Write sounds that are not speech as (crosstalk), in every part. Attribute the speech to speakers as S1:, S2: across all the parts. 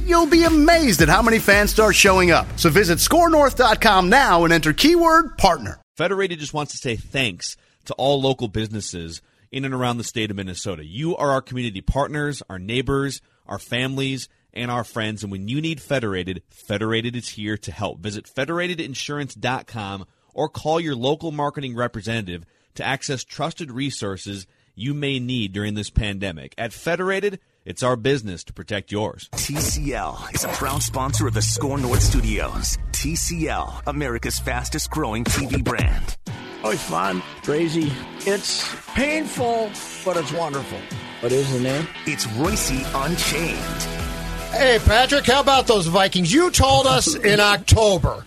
S1: you'll be amazed at how many fans start showing up. So visit scorenorth.com now and enter keyword partner.
S2: Federated just wants to say thanks to all local businesses in and around the state of Minnesota. You are our community partners, our neighbors, our families, and our friends. And when you need Federated, Federated is here to help. Visit federatedinsurance.com or call your local marketing representative to access trusted resources you may need during this pandemic. At Federated, it's our business to protect yours.
S3: TCL is a proud sponsor of the Score North Studios. TCL, America's fastest growing TV brand.
S4: Oh, it's fun, crazy. It's painful, but it's wonderful. What is the name?
S3: It's Royce Unchained.
S5: Hey, Patrick, how about those Vikings? You told us in October.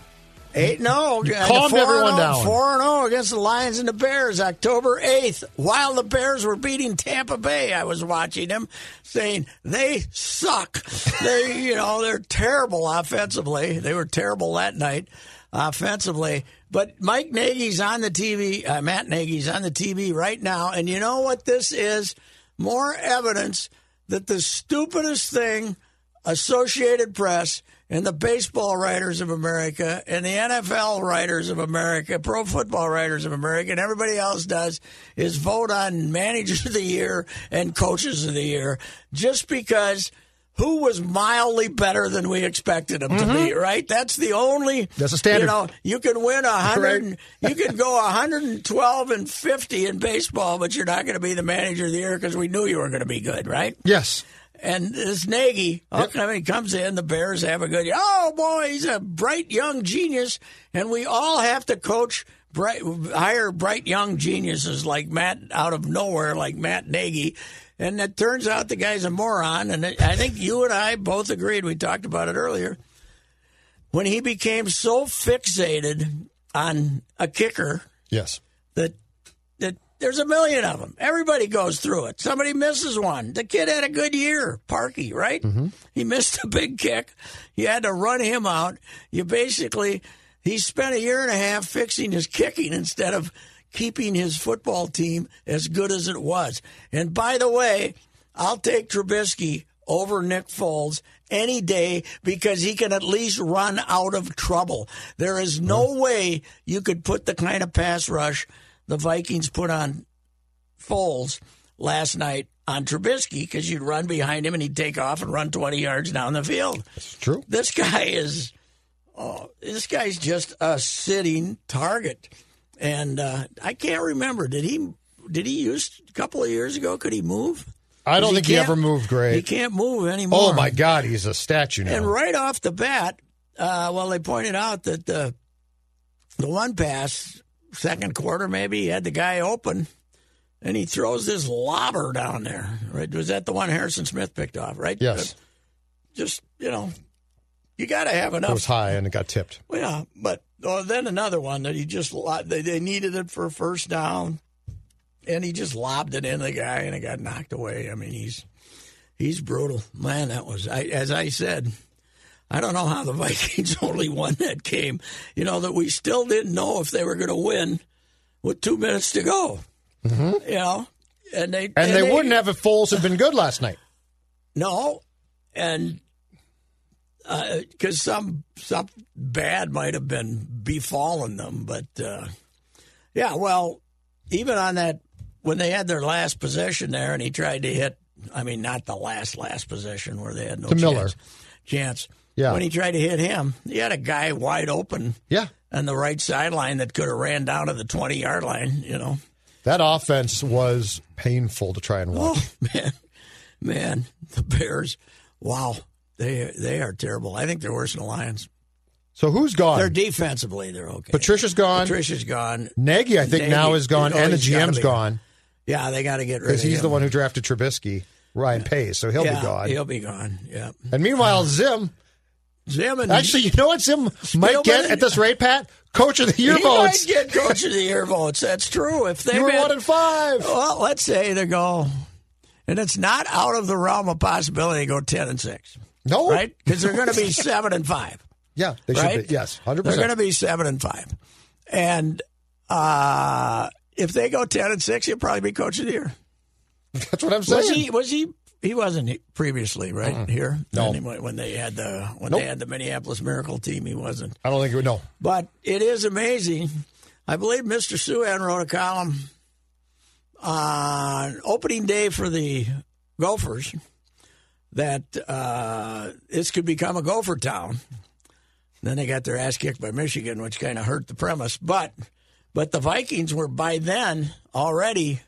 S4: Eight. No,
S5: You calmed everyone down.
S4: Four and zero against the Lions and the Bears, October eighth. While the Bears were beating Tampa Bay, I was watching them, saying they suck. they, you know, they're terrible offensively. They were terrible that night offensively. But Mike Nagy's on the TV. Uh, Matt Nagy's on the TV right now, and you know what this is? More evidence that the stupidest thing Associated Press and the baseball writers of America and the NFL writers of America, pro football writers of America, and everybody else does is vote on managers of the year and coaches of the year just because who was mildly better than we expected him to be, right? That's the only
S5: Mm-hmm. That's the standard.
S4: You know, you can win a hundred. You can go hundred and twelve and fifty in baseball, but you're not going to be the manager of the year because we knew you were going to be good, right?
S5: Yes.
S4: And this Nagy, okay, I mean, comes in, the Bears have a good Oh, boy, he's a bright young genius. And we all have to coach, bright, hire bright young geniuses like Matt out of nowhere, like Matt Nagy. And it turns out the guy's a moron. And it- I think you and I both agreed. We talked about it earlier. When he became so fixated on a kicker
S5: Yes.
S4: that that there's a million of them. Everybody goes through it. Somebody misses one. The kid had a good year, Parky, right? He (laughs) missed a big kick. You had to run him out. You basically he spent a year and a half fixing his kicking instead of keeping his football team as good as it was. And by the way, I'll take Trubisky over Nick Foles any day because he can at least run out of trouble. There is no way you could put the kind of pass rush the Vikings put on Foles last night on Trubisky because you'd run behind him and he'd take off and run 20 yards down the field.
S5: It's true.
S4: This guy is, oh, this guy's just a sitting target. And uh, I can't remember. Did he? Did he use a couple of years ago? Could he move?
S5: I don't
S4: 'Cause
S5: think he
S4: can't-
S5: ever moved great.
S4: He can't move anymore.
S5: Oh, my God. He's a statue now.
S4: And right off the bat, uh, well, they pointed out that the the one pass, second quarter maybe, he had the guy open, and he throws this lobber down there. Right? Was that the one Harrison Smith picked off? Right?
S5: yes.
S4: Just you know, you got to have
S5: It was
S4: enough.
S5: high and it got tipped.
S4: Well, yeah, but oh, then another one that he just lo- they they needed it for a first down, and he just lobbed it in the guy, and it got knocked away. I mean, he's he's brutal, man. That was I, as I said. I don't know how the (laughs) Vikings only won that game. You know that we still didn't know if they were going to win with two minutes to go. Mm-hmm. You know, and they
S5: And, they, wouldn't have if Foles had been good last night.
S4: no, and because some some bad might have been befallen them, but uh, yeah, well, even on that when they had their last possession there, and he tried to hit. I mean, not the last last possession where they had no
S5: To
S4: chance,
S5: Miller.
S4: chance.
S5: Yeah.
S4: when he tried to hit him. He had a guy wide open
S5: (laughs) Yeah.
S4: on the right sideline that could have ran down to the 20 yard line, you know.
S5: That offense was painful to try and watch.
S4: Oh (laughs) man, man, the Bears! Wow, they they are terrible. I think they're worse than the Lions.
S5: So who's gone?
S4: They're defensively, they're okay.
S5: Patricia's gone.
S4: Patricia's gone.
S5: Nagy, I think,
S4: Nagy-
S5: now is gone,
S4: Oh,
S5: and the
S4: he's gotta
S5: GM's
S4: be.
S5: gone
S4: Yeah, they got to get rid of
S5: because he's
S4: him.
S5: the one who drafted Trubisky, Ryan Pace. So he'll
S4: yeah,
S5: be gone.
S4: He'll be gone. Yeah.
S5: And meanwhile,
S4: (sighs)
S5: Zim.
S4: Zim and
S5: Actually, you know what Zim might
S4: Spielman-
S5: get at this rate, Pat? Coach of the Year
S4: he
S5: votes.
S4: might get coach of the year votes. That's true. If they
S5: You were
S4: had-
S5: one and five.
S4: well, let's say they go, and it's not out of the realm of possibility to go ten and six,
S5: No,
S4: right? Because they're going to
S5: (laughs)
S4: be seven and five.
S5: Yeah, they
S4: right?
S5: should be. Yes, hundred
S4: They're
S5: percent.
S4: going to be seven and five, and uh, if they go ten and six, he'll probably be coach of the year.
S5: That's what I'm saying.
S4: Was he? Was he? He wasn't he- previously, right here.
S5: No.
S4: Anyway, when they had the when
S5: Nope.
S4: they had the Minneapolis Miracle team, he wasn't.
S5: I don't think he would. No,
S4: But it is amazing. I believe Mr. Suhan wrote a column on opening day for the Gophers that uh, this could become a Gopher town. Then they got their ass kicked by Michigan, which kind of hurt the premise. But but the Vikings were by then already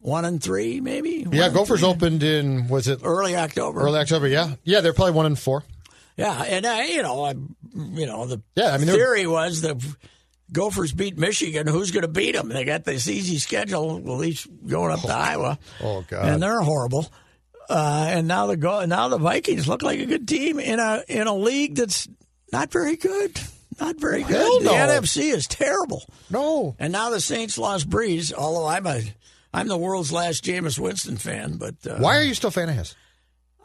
S4: one and three, maybe. One
S5: yeah.
S4: and
S5: Gophers
S4: three.
S5: opened in was it
S4: early October.
S5: early October? Yeah, yeah. They're probably one and four.
S4: Yeah, and I, you know, I, you know, the
S5: Yeah, I mean, they're-
S4: theory was the Gophers beat Michigan. Who's going to beat them? They got this easy schedule. Well, each going up to Iowa.
S5: Oh, God.
S4: And they're horrible. Uh, and now the go now the Vikings look like a good team in a in a league that's not very good. Not very good.
S5: Hell no.
S4: The NFC is terrible.
S5: No,
S4: And now the Saints lost Breeze. Although I'm a I'm the world's last Jameis Winston fan, but uh,
S5: why are you still a fan of his?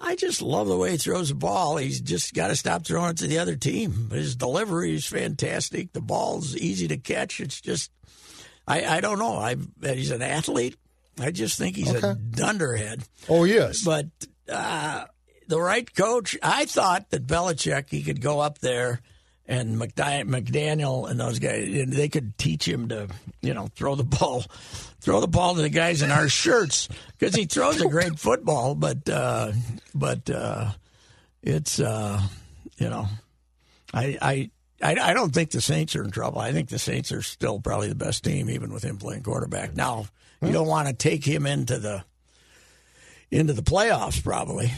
S4: I just love the way he throws the ball. He's just got to stop throwing it to the other team. His delivery is fantastic. The ball's easy to catch. It's just, I, I don't know. I he's an athlete. I just think he's a
S5: Okay.
S4: dunderhead.
S5: Oh, yes.
S4: But uh, the right coach. I thought that Belichick he could go up there and McDi- McDaniel and those guys and they could teach him to you know throw the (laughs) ball, throw the ball to the guys in our shirts because he throws a great football. But uh, but uh, it's uh, you know I I. I, I don't think the Saints are in trouble. I think the Saints are still probably the best team, even with him playing quarterback. Now, you don't want to take him into the into the playoffs probably.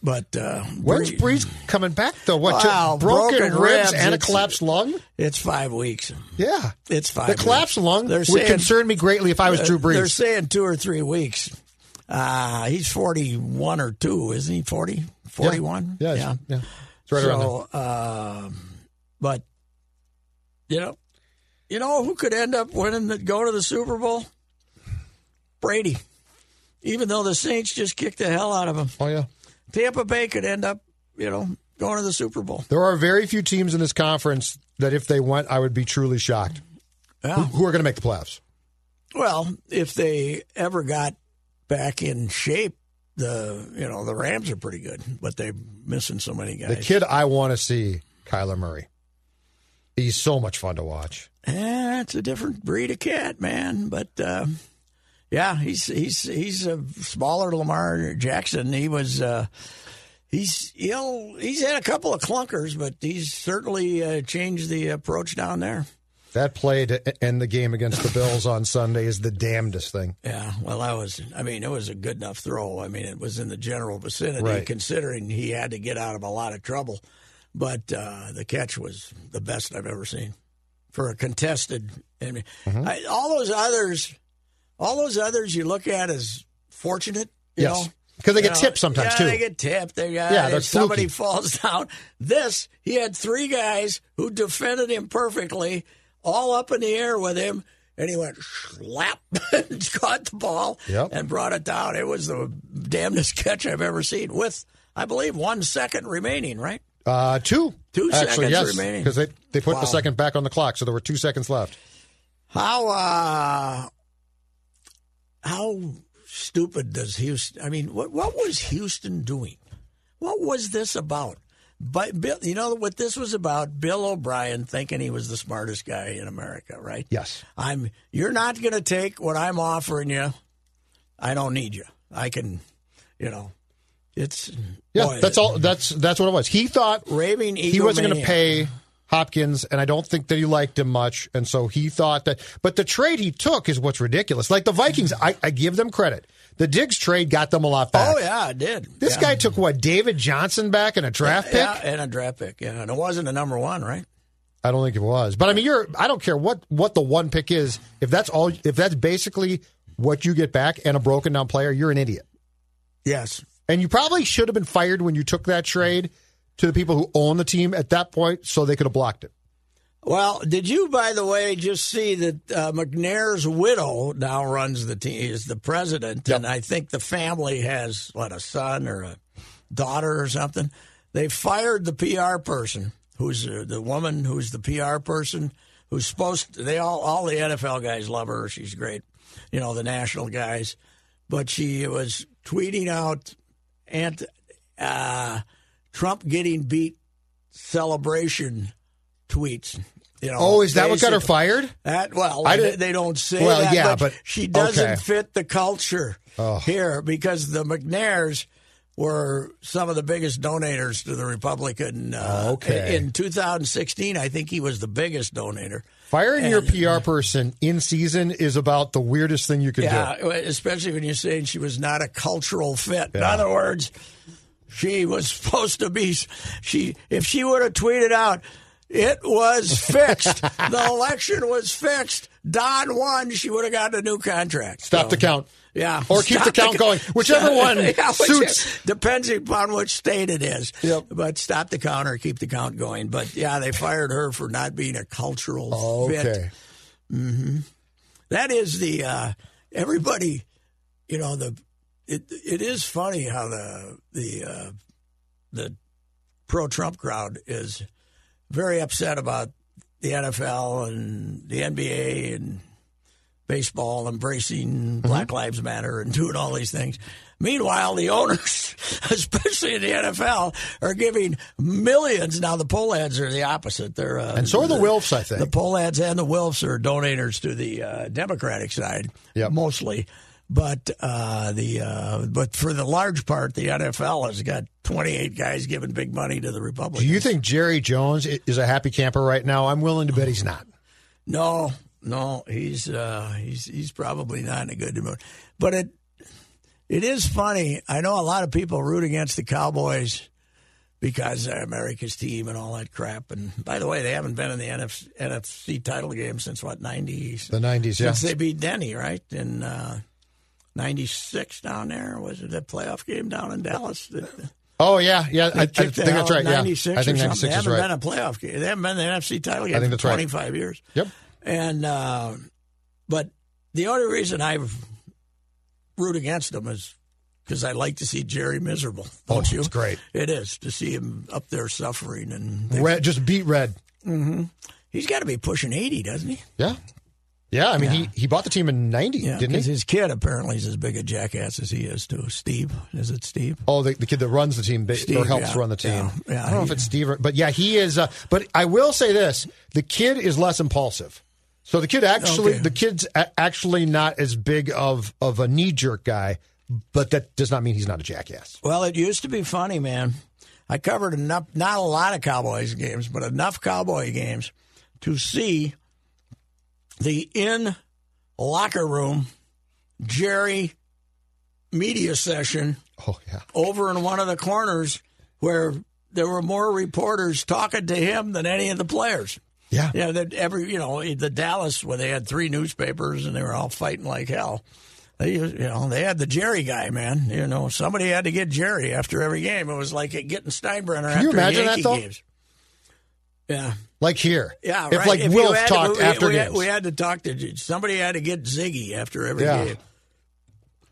S4: But uh,
S5: When's
S4: Bree-
S5: Breeze coming back though? What ju-
S4: Wow,
S5: broken,
S4: broken ribs,
S5: ribs, and a
S4: it's-
S5: collapsed lung?
S4: It's five weeks.
S5: Yeah,
S4: It's five.
S5: the collapsed
S4: weeks.
S5: lung
S4: They're
S5: would
S4: saying- uh,
S5: concern me greatly if I was Drew
S4: They're
S5: Brees.
S4: saying two or three weeks. Uh, he's forty-one or two, isn't he? Forty. Forty-one.
S5: Yeah, yeah, it's- yeah. It's right around there.
S4: so, um, but you know, you know who could end up winning the go to the Super Bowl? Brady. Even though the Saints just kicked the hell out of him,
S5: Oh yeah.
S4: Tampa Bay could end up, you know, going to the Super Bowl.
S5: There are very few teams in this conference that, if they went, I would be truly shocked. Who,
S4: Yeah.
S5: who are going to make the playoffs?
S4: Well, if they ever got back in shape, the you know the Rams are pretty good, but they're missing so many guys.
S5: The kid I want to see, Kyler Murray. He's so much fun to watch.
S4: Eh, it's a different breed of cat, man. But uh, yeah, he's he's he's a smaller Lamar Jackson. He was uh, he's he'll he's had a couple of clunkers, but he's certainly uh, changed the approach down there.
S5: That play to e-, end the game against the Bills on Sunday is the damnedest thing.
S4: Yeah, well, I was. I mean, it was a good enough throw. I mean, it was in the general vicinity,
S5: Right.
S4: considering he had to get out of a lot of trouble. But uh, the catch was the best I've ever seen for a contested. I mean,
S5: Mm-hmm.
S4: I, all those others, all those others, you look at as fortunate. You
S5: yes,
S4: know?
S5: because they
S4: You
S5: get
S4: know,
S5: tipped sometimes
S4: yeah,
S5: too.
S4: They get tipped. They got,
S5: Yeah,
S4: yeah,
S5: they're
S4: if somebody
S5: fluky.
S4: falls (laughs) down. This he had three guys who defended him perfectly, all up in the air with him, and he went slap (laughs) and caught the ball
S5: Yep.
S4: and brought it down. It was the damnedest (laughs) catch I've ever seen. With I believe one second remaining, right?
S5: uh, two,
S4: Two seconds
S5: actually, yes,
S4: remaining.
S5: because they they put
S4: Wow.
S5: the second back on the clock, so there were two seconds left.
S4: How uh, how stupid does Houston? I mean, what what was Houston doing? What was this about? But Bill, you know what this was about? Bill O'Brien thinking he was the smartest guy in America, right?
S5: Yes,
S4: I'm. You're not going to take what I'm offering you. I don't need you. I can, you know. It's
S5: Yeah,
S4: boy,
S5: that's all. That's that's what it was. He thought
S4: Raving
S5: he wasn't going
S4: egomaniac.
S5: to pay Hopkins, and I don't think that he liked him much, and so he thought that. But the trade he took is what's ridiculous. Like the Vikings, I, I give them credit. The Diggs trade got them a lot back.
S4: Oh yeah, it did.
S5: This
S4: Yeah.
S5: guy took what David Johnson back in a draft pick.
S4: Yeah, and a draft pick. Yeah, and it wasn't a number one, right?
S5: I don't think it was, but I mean, you're. I don't care what what the one pick is. If that's all, if that's basically what you get back and a broken down player, you're an idiot.
S4: Yes.
S5: And you probably should have been fired when you took that trade to the people who own the team at that point, so they could have blocked it.
S4: Well, did you, by the way, just see that uh, McNair's widow now runs the team, is the president, and I think the family has, what, a son or a daughter or something? They fired the PR person, who's uh, the woman who's the PR person, who's supposed to, they all, all the NFL guys love her. She's great, you know, the national guys. But she was tweeting out anti, uh, Trump getting beat celebration tweets. You know,
S5: Oh, is that what got her
S4: basically.
S5: fired?
S4: That well,
S5: I
S4: they,
S5: didn't-
S4: they don't say
S5: Well,
S4: that,
S5: yeah,
S4: but
S5: but-
S4: she doesn't
S5: okay. Oh.
S4: fit the culture here because the McNairs were some of the biggest donators to the Republican. Uh,
S5: Okay.
S4: in 2016, I think he was the biggest donator.
S5: Firing your PR person in season is about the weirdest thing you could
S4: Yeah,
S5: do.
S4: especially when you're saying she was not a cultural fit. In other words, she was supposed to be. She if she would have tweeted out, it was
S5: (laughs)
S4: fixed. the election was fixed. Don won. She would have gotten a new contract.
S5: Stop
S4: So,
S5: the count.
S4: Yeah,
S5: Or keep
S4: Stop
S5: the count going.
S4: (laughs)
S5: Whichever one
S4: which-
S5: suits.
S4: depends upon which state it is.
S5: Yep.
S4: But stop the count or keep the count going. But yeah, they fired her for not being a cultural fit.
S5: Okay.
S4: That is the uh, everybody, you know the it it is funny how the the uh, the pro Trump crowd is very upset about the NFL and the NBA and baseball
S5: Mm-hmm.
S4: embracing Black Lives Matter and doing all these things. Meanwhile, the owners, (laughs) especially in the NFL, are giving millions. Now the poll ads are the opposite. They're uh,
S5: And so are the Wilfs, I think.
S4: the poll ads and the Wilfs are donators to the uh, Democratic side
S5: Yep.
S4: mostly, but uh, the uh, but for the large part, the NFL has got 28 guys giving big money to the
S5: Do
S4: Republicans.
S5: you think Jerry Jones i- is a happy camper right now? I'm willing to bet he's not.
S4: No, no, he's uh, he's he's probably not in a good mood. But it it is funny. I know a lot of people root against the Cowboys because they're America's team and all that crap. And by the way, they haven't been in the NFC, NFC title game since what ninety
S5: The 90s, yeah.
S4: since they beat Denny, right? In uh, 96 down there, was it that playoff game down in Dallas? that-
S5: Oh, yeah. Yeah. I, I
S4: kicked
S5: think
S4: the hell
S5: that's
S4: out
S5: right.
S4: of
S5: Yeah.
S4: 96
S5: I think
S4: or
S5: 96
S4: something.
S5: is
S4: They
S5: right.
S4: haven't been a playoff game. They haven't been in the NFC title game
S5: think
S4: for
S5: that's right.
S4: 25 years.
S5: Yep.
S4: And, uh, but the only reason I root against them is because I like to see Jerry miserable. Don't
S5: Oh,
S4: you?
S5: it's great.
S4: It is to see him up there suffering. And they-
S5: Red, just beat red.
S4: he's got to be pushing 80, doesn't he?
S5: Yeah. Yeah. I mean, He, he bought the team in 90,
S4: Yeah.
S5: didn't
S4: Because
S5: he?
S4: his kid apparently is as big a jackass as he is, too. Steve. Is it Steve?
S5: Oh, the, the kid that runs the team ba-
S4: Steve,
S5: or helps
S4: yeah,
S5: run the team.
S4: yeah, yeah,
S5: I don't know if
S4: he-
S5: it's Steve, or, but yeah, he is. Uh, but I will say this: the kid is less impulsive. So the kid actually,
S4: Okay.
S5: the kid's a- actually not as big of of a knee jerk guy, but that does not mean he's not a jackass.
S4: Well, it used to be funny, man. I covered enough, not a lot of Cowboys games, but enough Cowboy games to see the in locker room Jerry media session
S5: Oh yeah,
S4: over in one of the corners where there were more reporters talking to him than any of the players.
S5: yeah.
S4: Yeah, that every you know the Dallas where they had three newspapers and they were all fighting like hell. They you know they had the Jerry guy man. You know somebody had to get Jerry after every game. It was like getting Steinbrenner.
S5: Can
S4: after
S5: you imagine that,
S4: Yankee
S5: though?
S4: Games. Yeah,
S5: Like here,
S4: yeah.
S5: If
S4: right.
S5: like
S4: you
S5: Wilf
S4: had to-
S5: talked
S4: we-
S5: after
S4: we,
S5: games,
S4: Had, we
S5: (laughs)
S4: had to talk to somebody. Had to get Ziggy after every
S5: Yeah.
S4: game.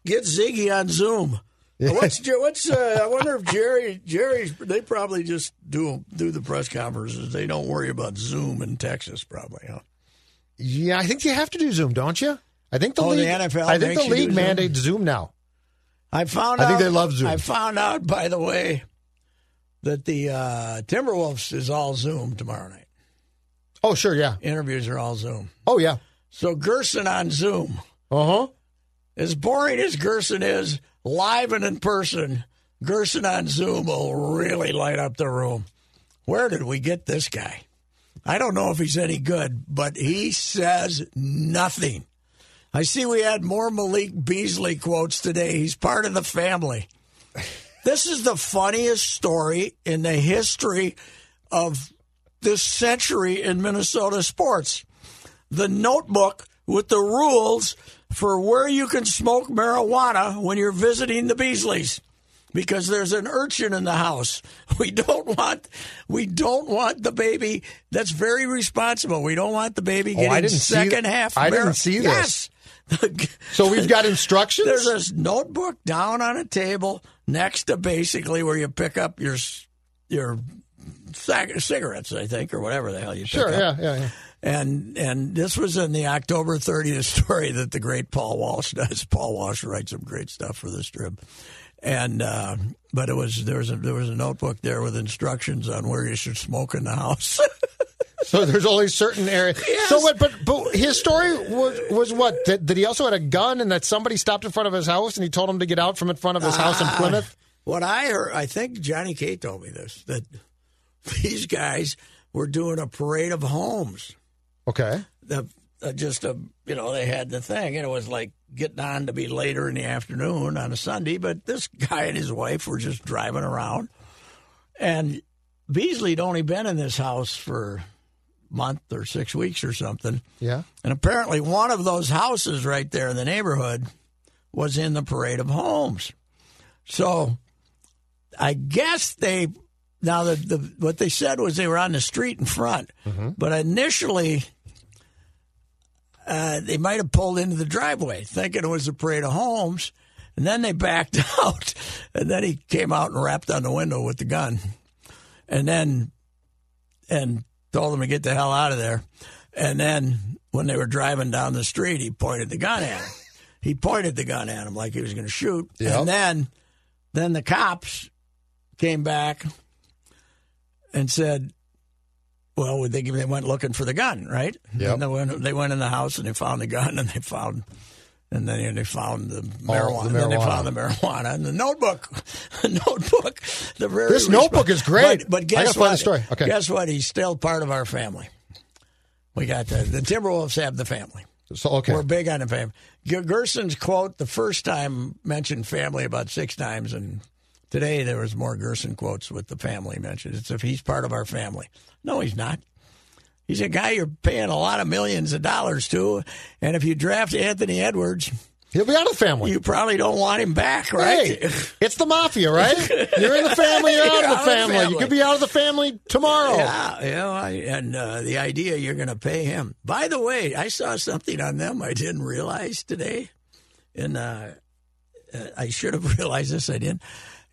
S4: Get Ziggy on Zoom.
S5: (laughs)
S4: What's Jer- what's? Uh, I wonder if Jerry Jerry's. They probably just do do the press conferences. They don't worry about Zoom in Texas, probably. Huh?
S5: yeah, I think you have to do Zoom, don't you? I think the
S4: Oh, the
S5: league,
S4: NFL
S5: I think
S4: makes you
S5: the
S4: do
S5: league
S4: Zoom.
S5: mandates Zoom now.
S4: I found.
S5: I
S4: out,
S5: think they love Zoom.
S4: I found out, by the way, that the uh, Timberwolves is all Zoom tomorrow night.
S5: Oh sure, yeah.
S4: Interviews are all Zoom.
S5: Oh yeah.
S4: So Gerson on Zoom,
S5: Uh huh.
S4: as boring as Gerson is, live and in person, Gerson on Zoom will really light up the room. Where did we get this guy? I don't know if he's any good, but he says nothing. I see we had more Malik Beasley quotes today. He's part of the family. This is the funniest story in the history of this century in Minnesota sports. The notebook with the rules for where you can smoke marijuana when you're visiting the Beasleys because there's an urchin in the house. (laughs) We don't want we don't want the baby that's very responsible. We don't want the baby
S5: Oh,
S4: getting
S5: I didn't see th-
S4: second half.
S5: I
S4: mar-
S5: didn't see
S4: Yes.
S5: this.
S4: (laughs)
S5: So we've got instructions.
S4: There's this notebook down on a table next to basically where you pick up your s- your cig- cigarettes, I think, or whatever the hell you
S5: sure,
S4: pick up.
S5: yeah, yeah, yeah.
S4: And and this was in the October 30th (laughs) story that the great Paul Walsh (laughs) does. Paul Walsh writes some great stuff for this trip. And uh, but it was there was a, there was a notebook there with instructions on where you should smoke in the house. (laughs)
S5: So there's only certain areas. So what? But, but his story was was what that, that he also had a gun and that somebody stopped in front of his house and he told him to get out from in front of
S4: Ah.
S5: his house in Plymouth.
S4: what I heard, I think Johnny K told me this that (laughs) these guys were doing a parade of homes.
S5: Okay,
S4: the uh, just a you know they had the thing and it was like getting on to be later in the afternoon on a Sunday, but this (laughs) guy and his wife were just driving around, and Beasley had only been in this house for a month or six weeks or something,
S5: yeah.
S4: and apparently one of those houses right there in the neighborhood was in the parade of homes, so I guess they. Now, the, the, what they said was they were on the street in front, but initially uh, they might have pulled into the driveway thinking it was a parade of homes. And then they backed (laughs) out. And then he came out and rapped on the window with the gun. And then, and told them to get the hell out of there. And then when they were driving down the street, he pointed the gun (laughs) at him. he pointed the gun at him like he was going to shoot.
S5: Yeah.
S4: And then, then the cops came back and said, well, would they give? They went looking for the gun, right?
S5: Yep.
S4: And they went, they went in the house and they found the gun and they found, and then they found the marijuana.
S5: the
S4: and Then they
S5: marijuana.
S4: found the marijuana and the notebook. (laughs) the notebook. The very
S5: This notebook is great.
S4: But, but
S5: I
S4: guess
S5: gotta find
S4: what?
S5: the story. Okay.
S4: Guess what? He's still part of our family. We got the, the Timberwolves have the family.
S5: So okay,
S4: We're big on the family. G- Gerson's quote the first time mentioned family about six times, and today there was more Gerson quotes with the family mentioned. It's if he's part of our family. No, he's not. He's a guy you're paying a lot of millions of dollars to, and if you draft Anthony Edwards,
S5: he'll be out of the family.
S4: you probably don't want him back, right?
S5: Hey, it's the
S4: (laughs)
S5: mafia, right? You're in the family, you're out
S4: You're
S5: of the family. You could be out of the family tomorrow.
S4: Yeah, you know, I, and uh, the idea you're going to pay him. By the way, I saw something on them I didn't realize today, and uh, uh, I should have (laughs) realized this. I didn't.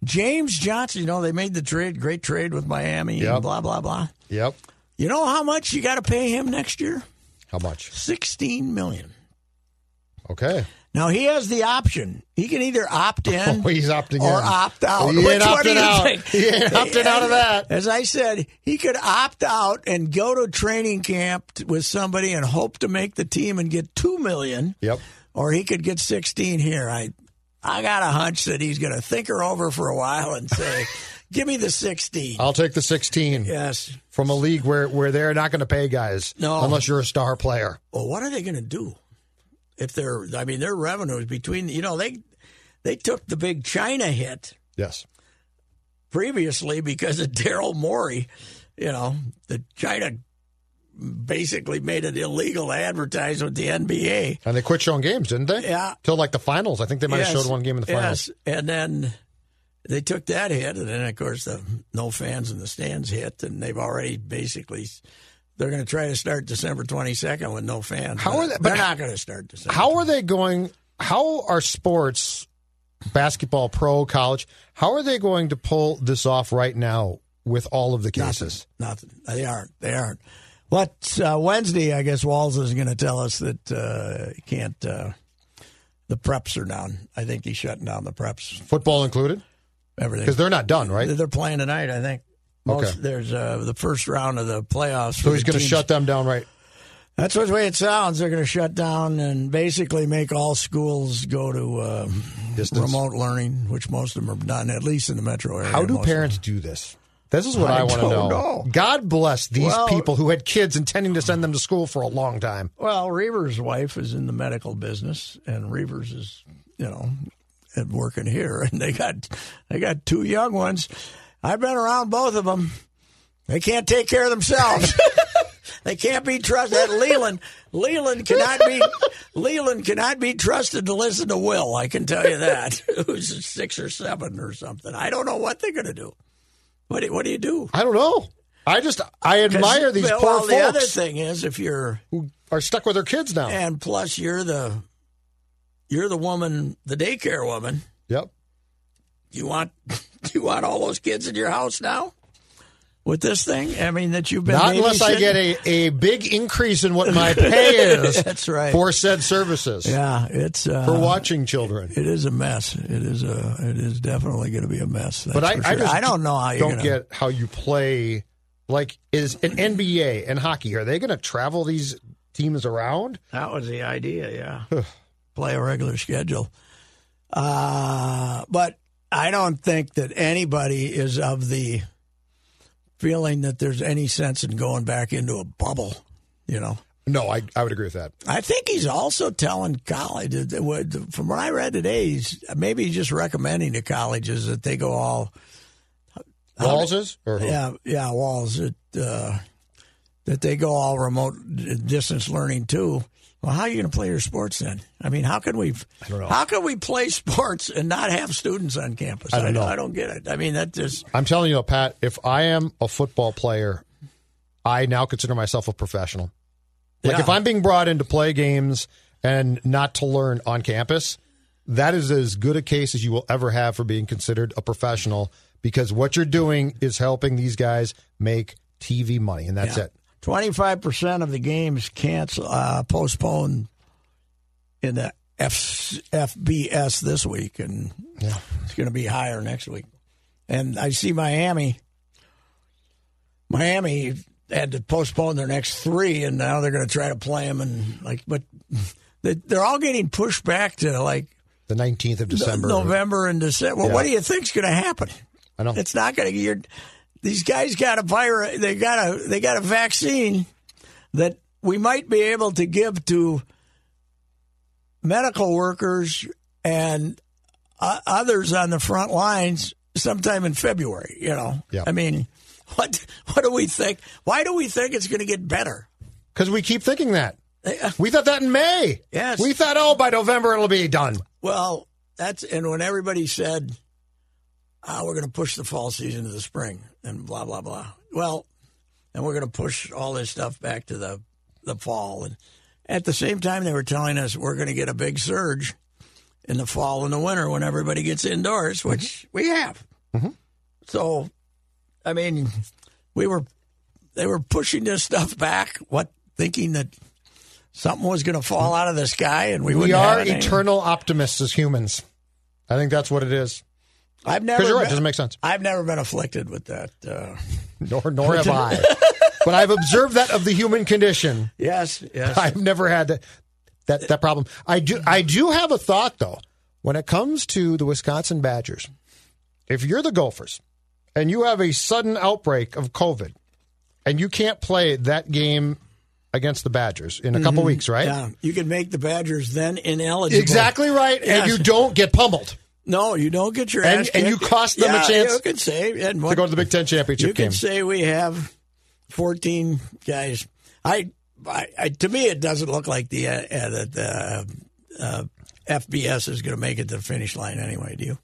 S4: James Johnson, you know, they made the trade, great trade with Miami,
S5: Yep.
S4: and blah blah blah.
S5: Yep.
S4: You know how much you got to pay him next year?
S5: How much?
S4: Sixteen million.
S5: Okay.
S4: Now he has the option. He can either
S5: (laughs)
S4: opt in
S5: Oh, he's opting
S4: or
S5: in.
S4: opt out.
S5: He
S4: Which
S5: ain't
S4: one do
S5: opting
S4: you
S5: out.
S4: think?
S5: He ain't
S4: (laughs)
S5: opting out of that.
S4: As I said, he could opt out and go to training camp t- with somebody and hope to make the team and get two million,
S5: Yep.
S4: or he could get sixteen here. I, I got a hunch that he's going to think her over for a while and
S5: (laughs)
S4: say, "Give me the 16.
S5: I'll take the 16
S4: Yes.
S5: from a league where, where they're not going to pay guys
S4: No.
S5: unless you're a star player.
S4: Well, what are they going to do if they're? I mean, their revenues between you know they, they took the big China hit.
S5: Yes.
S4: previously because of (laughs) Daryl Morey. You know, the China basically made it illegal to advertise with the NBA.
S5: And they quit showing games, didn't they?
S4: Yeah.
S5: Till like the finals. I think they might have
S4: Yes,
S5: showed one game in the finals.
S4: Yes, and then they took that hit, and then of course the no fans in the stands hit, and they've already basically. They're going to try to start December twenty second with no fans.
S5: How are they-
S4: They're
S5: but-
S4: not going to start December.
S5: How are they going? How are sports, basketball, pro, college, how are they going to pull this off right now with all of the cases?
S4: Nothing. They aren't. They aren't. What uh, Wednesday? I guess Walls is going to tell us that uh, he can't. Uh, the preps are down. I think he's shutting down the preps.
S5: Football included?
S4: Everything.
S5: Because they're not done, right?
S4: They're, playing tonight. I think. Most,
S5: Okay.
S4: There's uh, the first round of the playoffs.
S5: So he's going
S4: to
S5: to shut them down, right?
S4: That's the way it sounds. They're going to shut down and basically make all schools go to um
S5: distance.
S4: remote learning, which most of them are done, at least in the metro area.
S5: How do
S4: most of them.
S5: parents do this? This is what
S4: I
S5: I, want to
S4: don't
S5: know.
S4: know.
S5: God bless these
S4: Well-
S5: people who had kids intending to send them to school for a long time.
S4: Well, Reaver's wife is in the medical business, and Reaver's is, you know, at working here, (laughs) and they got they got two young ones. I've been around both of them. They can't take care of themselves. (laughs) they can't be trusted. That Leland, Leland cannot
S5: (laughs)
S4: be Leland cannot be trusted to listen to Will. I can tell you that. (laughs) Who's six or seven or something? I don't know what they're going to do. What do, what do you do?
S5: I don't know. I just I admire these
S4: well,
S5: poor
S4: well, The other
S5: folks
S4: thing is, if you're
S5: who are stuck with their kids now.
S4: and plus, you're the you're the woman, the daycare woman.
S5: Yep.
S4: You want (laughs) you want all those kids in your house now with this thing. I mean, that you've been
S5: Not unless I
S4: babysitting?
S5: get a, a big increase in what
S4: (laughs)
S5: my pay is
S4: That's right.
S5: for said services
S4: yeah, it's uh,
S5: for watching children.
S4: It is a mess. It is a it is definitely going to be a mess. That's
S5: But I,
S4: for
S5: I
S4: sure.
S5: just
S4: I don't know how you're
S5: don't
S4: gonna,
S5: get how you play. Like, is an NBA and hockey? Are they going to travel these teams around?
S4: That was the idea, yeah. Play a regular schedule. Uh, but I don't think that anybody is of the feeling that there's any sense in going back into a bubble, you know.
S5: No, I, I would agree with that.
S4: I think he's also telling college, from what I read today, he's maybe he's just recommending to colleges that they go all,
S5: Walls or who?
S4: yeah, yeah, walls, that, uh, that they go all remote distance learning too. Well, how are you going to play your sports then? I mean, how can we, how can we play (laughs) sports and not have students on campus?
S5: I don't know.
S4: I don't get it. I mean, that just,
S5: I'm telling you, Pat, if I am a football player, I now consider myself a professional. Like
S4: Yeah.
S5: if I'm being brought in to play games and not to learn on campus, that is as good a case as you will ever have for being considered a professional because what you're doing is helping these guys make TV money, and that's
S4: Yeah.
S5: it.
S4: 25% of the games cancel uh, postponed in the F- FBS this week, and it's going to be higher next week. And I see Miami. Miami had to postpone their next three, and now they're going to try to play them. And like, but (laughs) they- they're all getting pushed back to like
S5: The 19th of December.
S4: November and December. Well,
S5: Yeah.
S4: what do you think's going to happen?
S5: I know.
S4: (laughs) It's not going to. You're, these guys got a virus. They got a. They got a vaccine that we might be able to give to medical workers and uh, others on the front lines sometime in February. You know.
S5: Yeah.
S4: I mean, (laughs) what what do we think? Why do we think it's going to get better? uh,
S5: Because we keep thinking that. We thought that in May.
S4: Yes.
S5: We thought, oh, by November it'll be done.
S4: Well, that's and when everybody said, "Ah, we're going to push the fall season to the spring," and blah blah blah. Well, and we're going to push all this stuff back to the the fall, and at the same time, they were telling us we're going to get a big surge in the fall and the winter when everybody gets indoors, which we have. So, I mean, we were they were pushing this stuff back, what thinking that. Something was going to fall out of the sky, and we,
S5: We
S4: wouldn't
S5: are
S4: have it.
S5: eternal optimists as humans. I think that's what it is.
S4: I've never.
S5: Because you're right,
S4: been-
S5: it doesn't make sense.
S4: I've never been afflicted with that. Uh,
S5: Nor, (laughs) nor have I. but I've observed that of the human condition.
S4: yes, yes.
S5: I've never had that, that that problem. I do I do have a thought though when it comes to the Wisconsin Badgers. If you're the Gophers and you have a sudden outbreak of COVID and you can't play that game against the Badgers in a couple weeks, right?
S4: yeah, you can make the Badgers then ineligible.
S5: Exactly right,
S4: Yes.
S5: and you don't get pummeled
S4: No, you don't get your
S5: And-
S4: ass
S5: and you
S4: kicked.
S5: cost them a
S4: Yeah,
S5: chance
S4: You can say and what,
S5: to go to the Big Ten championship
S4: you
S5: game.
S4: can say we have fourteen guys. I, I, I to me, it doesn't look like the uh, uh, the uh, uh, FBS is going to make it to the finish line anyway. Do you?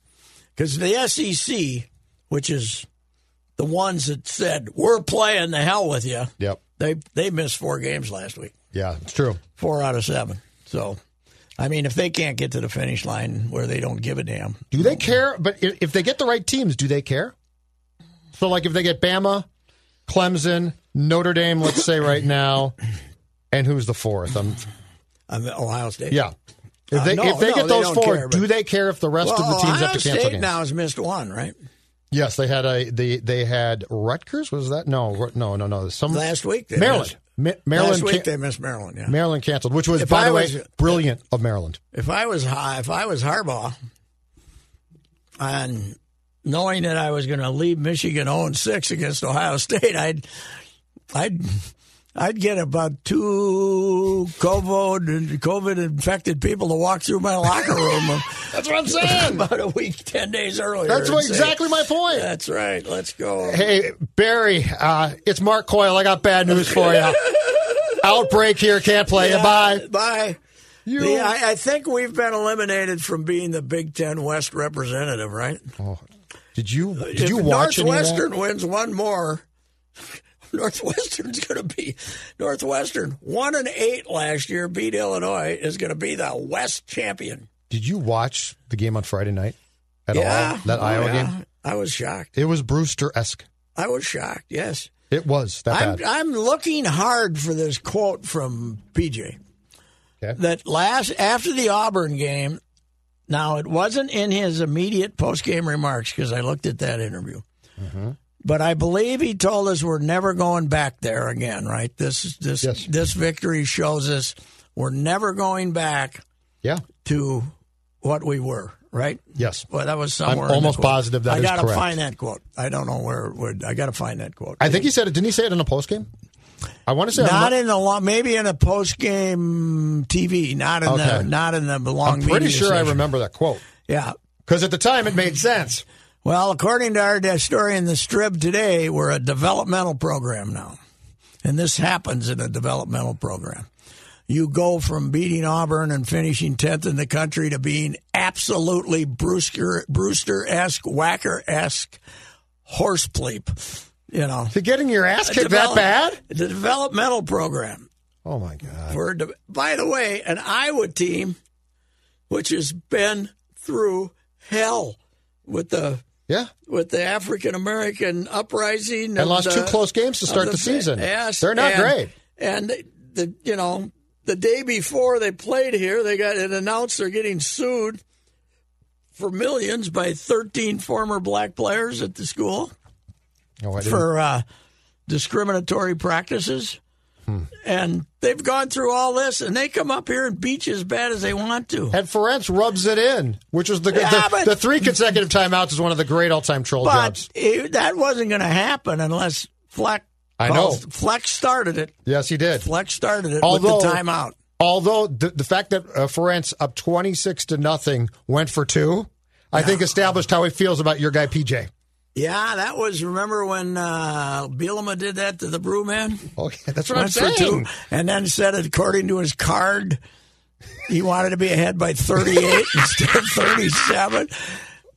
S4: Because the SEC, which is the ones that said we're playing the hell with you,
S5: yep.
S4: they they missed four games last week.
S5: Yeah, it's true.
S4: four out of seven. So, I mean, if they can't get to the finish line where they don't give a damn,
S5: Do they care? But i- if they get the right teams, do they care? So, like, if they get Bama, Clemson, Notre Dame, let's say right now, and who's the fourth? I'm,
S4: I'm uh, Ohio State.
S5: yeah. If they,
S4: Uh, no,
S5: if they
S4: no,
S5: get
S4: they
S5: those
S4: don't
S5: four,
S4: care, but-
S5: do they care if the rest
S4: Well,
S5: of the teams
S4: Ohio
S5: have to
S4: State
S5: cancel games?
S4: now has missed one, right?
S5: Yes, they had a they they had Rutgers. Was that no Ru- no no no some
S4: Last week, they
S5: Maryland Ma- Maryland
S4: Last week
S5: can-
S4: they missed Maryland. Yeah.
S5: Maryland canceled, which was
S4: If
S5: by
S4: I
S5: the way
S4: was-
S5: brilliant of Maryland.
S4: if I was high, if I was Harbaugh, on knowing that I was going to leave Michigan 0 6 against Ohio State, I'd, I'd, I'd get about two COVID COVID infected people to walk through my locker room
S5: (laughs) That's what I'm
S4: (laughs)
S5: saying.
S4: about a week, ten days earlier.
S5: That's what,
S4: and say,
S5: exactly my point.
S4: That's right. Let's go.
S5: Hey, Barry, uh, it's Mark Coyle. I got bad news for
S4: (laughs)
S5: you. Outbreak here. Can't play.
S4: Yeah,
S5: Bye.
S4: Bye.
S5: You-
S4: Yeah, I, I think we've been eliminated from being the Big Ten West representative, right?
S5: Did you did
S4: if
S5: you watch any of that?
S4: Northwestern wins one more, (laughs) Northwestern's going to be Northwestern one and eight last year. Beat Illinois is going to be the West champion.
S5: Did you watch the game on Friday night at all? That
S4: Oh,
S5: Iowa
S4: yeah.
S5: game.
S4: I was shocked.
S5: It was Brewster esque.
S4: I was shocked. Yes,
S5: It was that
S4: I'm.
S5: bad.
S4: I'm looking hard for this quote from PJ.
S5: Okay.
S4: that last after the Auburn game. Now it wasn't in his immediate post game remarks because I looked at that interview,
S5: Mm-hmm.
S4: but I believe he told us we're never going back there again. Right? This this
S5: Yes.
S4: this victory shows us we're never going back
S5: Yeah.
S4: to what we were. Right?
S5: Yes.
S4: Well, that was somewhere. in the
S5: almost
S4: quote.
S5: positive that
S4: I
S5: is
S4: gotta
S5: correct.
S4: find that quote. I don't know where. where I got to find that quote.
S5: I think he said it. Didn't he say it in a post game? I want to say.
S4: Not
S5: I'm,
S4: in the long, maybe in a post game TV. Not in the
S5: Okay.
S4: not in the long.
S5: I'm pretty
S4: media
S5: sure I
S4: session.
S5: remember that quote
S4: Yeah.
S5: because at the time it made sense.
S4: Well, according to our story in the Strib today, we're a developmental program now. And this happens in a developmental program. You go from beating Auburn and finishing 10th in the country to being absolutely Brewster esque, Whacker esque horsepleep. You know,
S5: To getting your ass kicked that
S4: Develop-
S5: bad?
S4: The developmental program.
S5: Oh my god!
S4: For de- by the way, an Iowa team which has been through hell with the
S5: Yeah,
S4: with the African American uprising.
S5: and
S4: of
S5: lost
S4: the-
S5: two close games to
S4: of
S5: start the, season.
S4: Yes,
S5: they're not
S4: and-
S5: great.
S4: And the, the you know the day before they played here, they got it announced they're getting sued for millions by 13 former black players at the school
S5: No, I didn't.
S4: for uh, discriminatory practices.
S5: Hmm.
S4: And they've gone through all this, and they come up here and beat you as bad as they want to.
S5: and Ferentz rubs it in, which was the
S4: Yeah,
S5: the,
S4: but-
S5: the three consecutive timeouts is one of the great all time troll jobs.
S4: But it, that wasn't going to happen unless Fleck.
S5: I know.
S4: calls- Fleck started it.
S5: Yes, he did.
S4: Fleck started it
S5: Although-
S4: with the timeout.
S5: Although the, the fact that uh, Ferentz up twenty six to nothing went for two, I think established how he feels about your guy PJ.
S4: Yeah, that was. Remember when uh, Bielema did that to the Brewman?
S5: Okay, Oh, that's what I'm
S4: Went for
S5: saying.
S4: two, and then said, according to his card, he wanted to be ahead by 38 (laughs) instead of 37.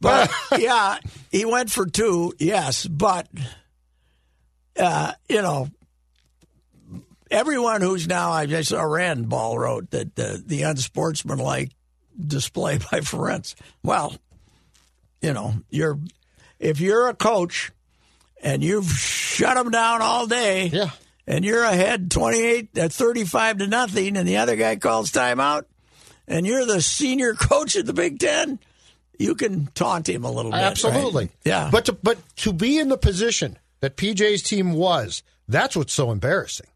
S4: But
S5: (laughs)
S4: yeah, he went for two, yes, but uh, you know, everyone who's now I just saw Rand Ball wrote that the, the unsportsmanlike display (laughs) by Ferentz. Well, you know, you're if you're a coach and you've shut them down all day,
S5: Yeah.
S4: and you're ahead 28 at 35 to nothing and the other guy calls timeout and you're the senior (laughs) coach at the Big 10, you can taunt him a little bit. right?
S5: Absolutely.
S4: Yeah.
S5: But to, but to be in the position that PJ's team was, that's what's so embarrassing.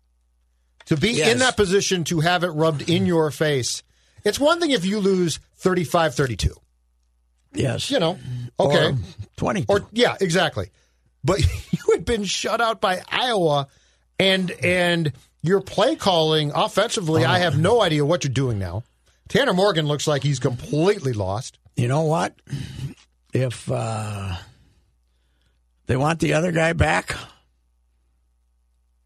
S5: To be
S4: Yes.
S5: in that position to have it rubbed in your face. It's one thing if you lose 35-32.
S4: yes.
S5: You know. Okay.
S4: Or 20.
S5: Or, yeah, exactly. But (laughs) you had been shut out by Iowa and and your play calling offensively, I have no idea what you're doing now. Tanner Morgan looks like he's completely lost.
S4: you know what? If uh, they want the other guy back,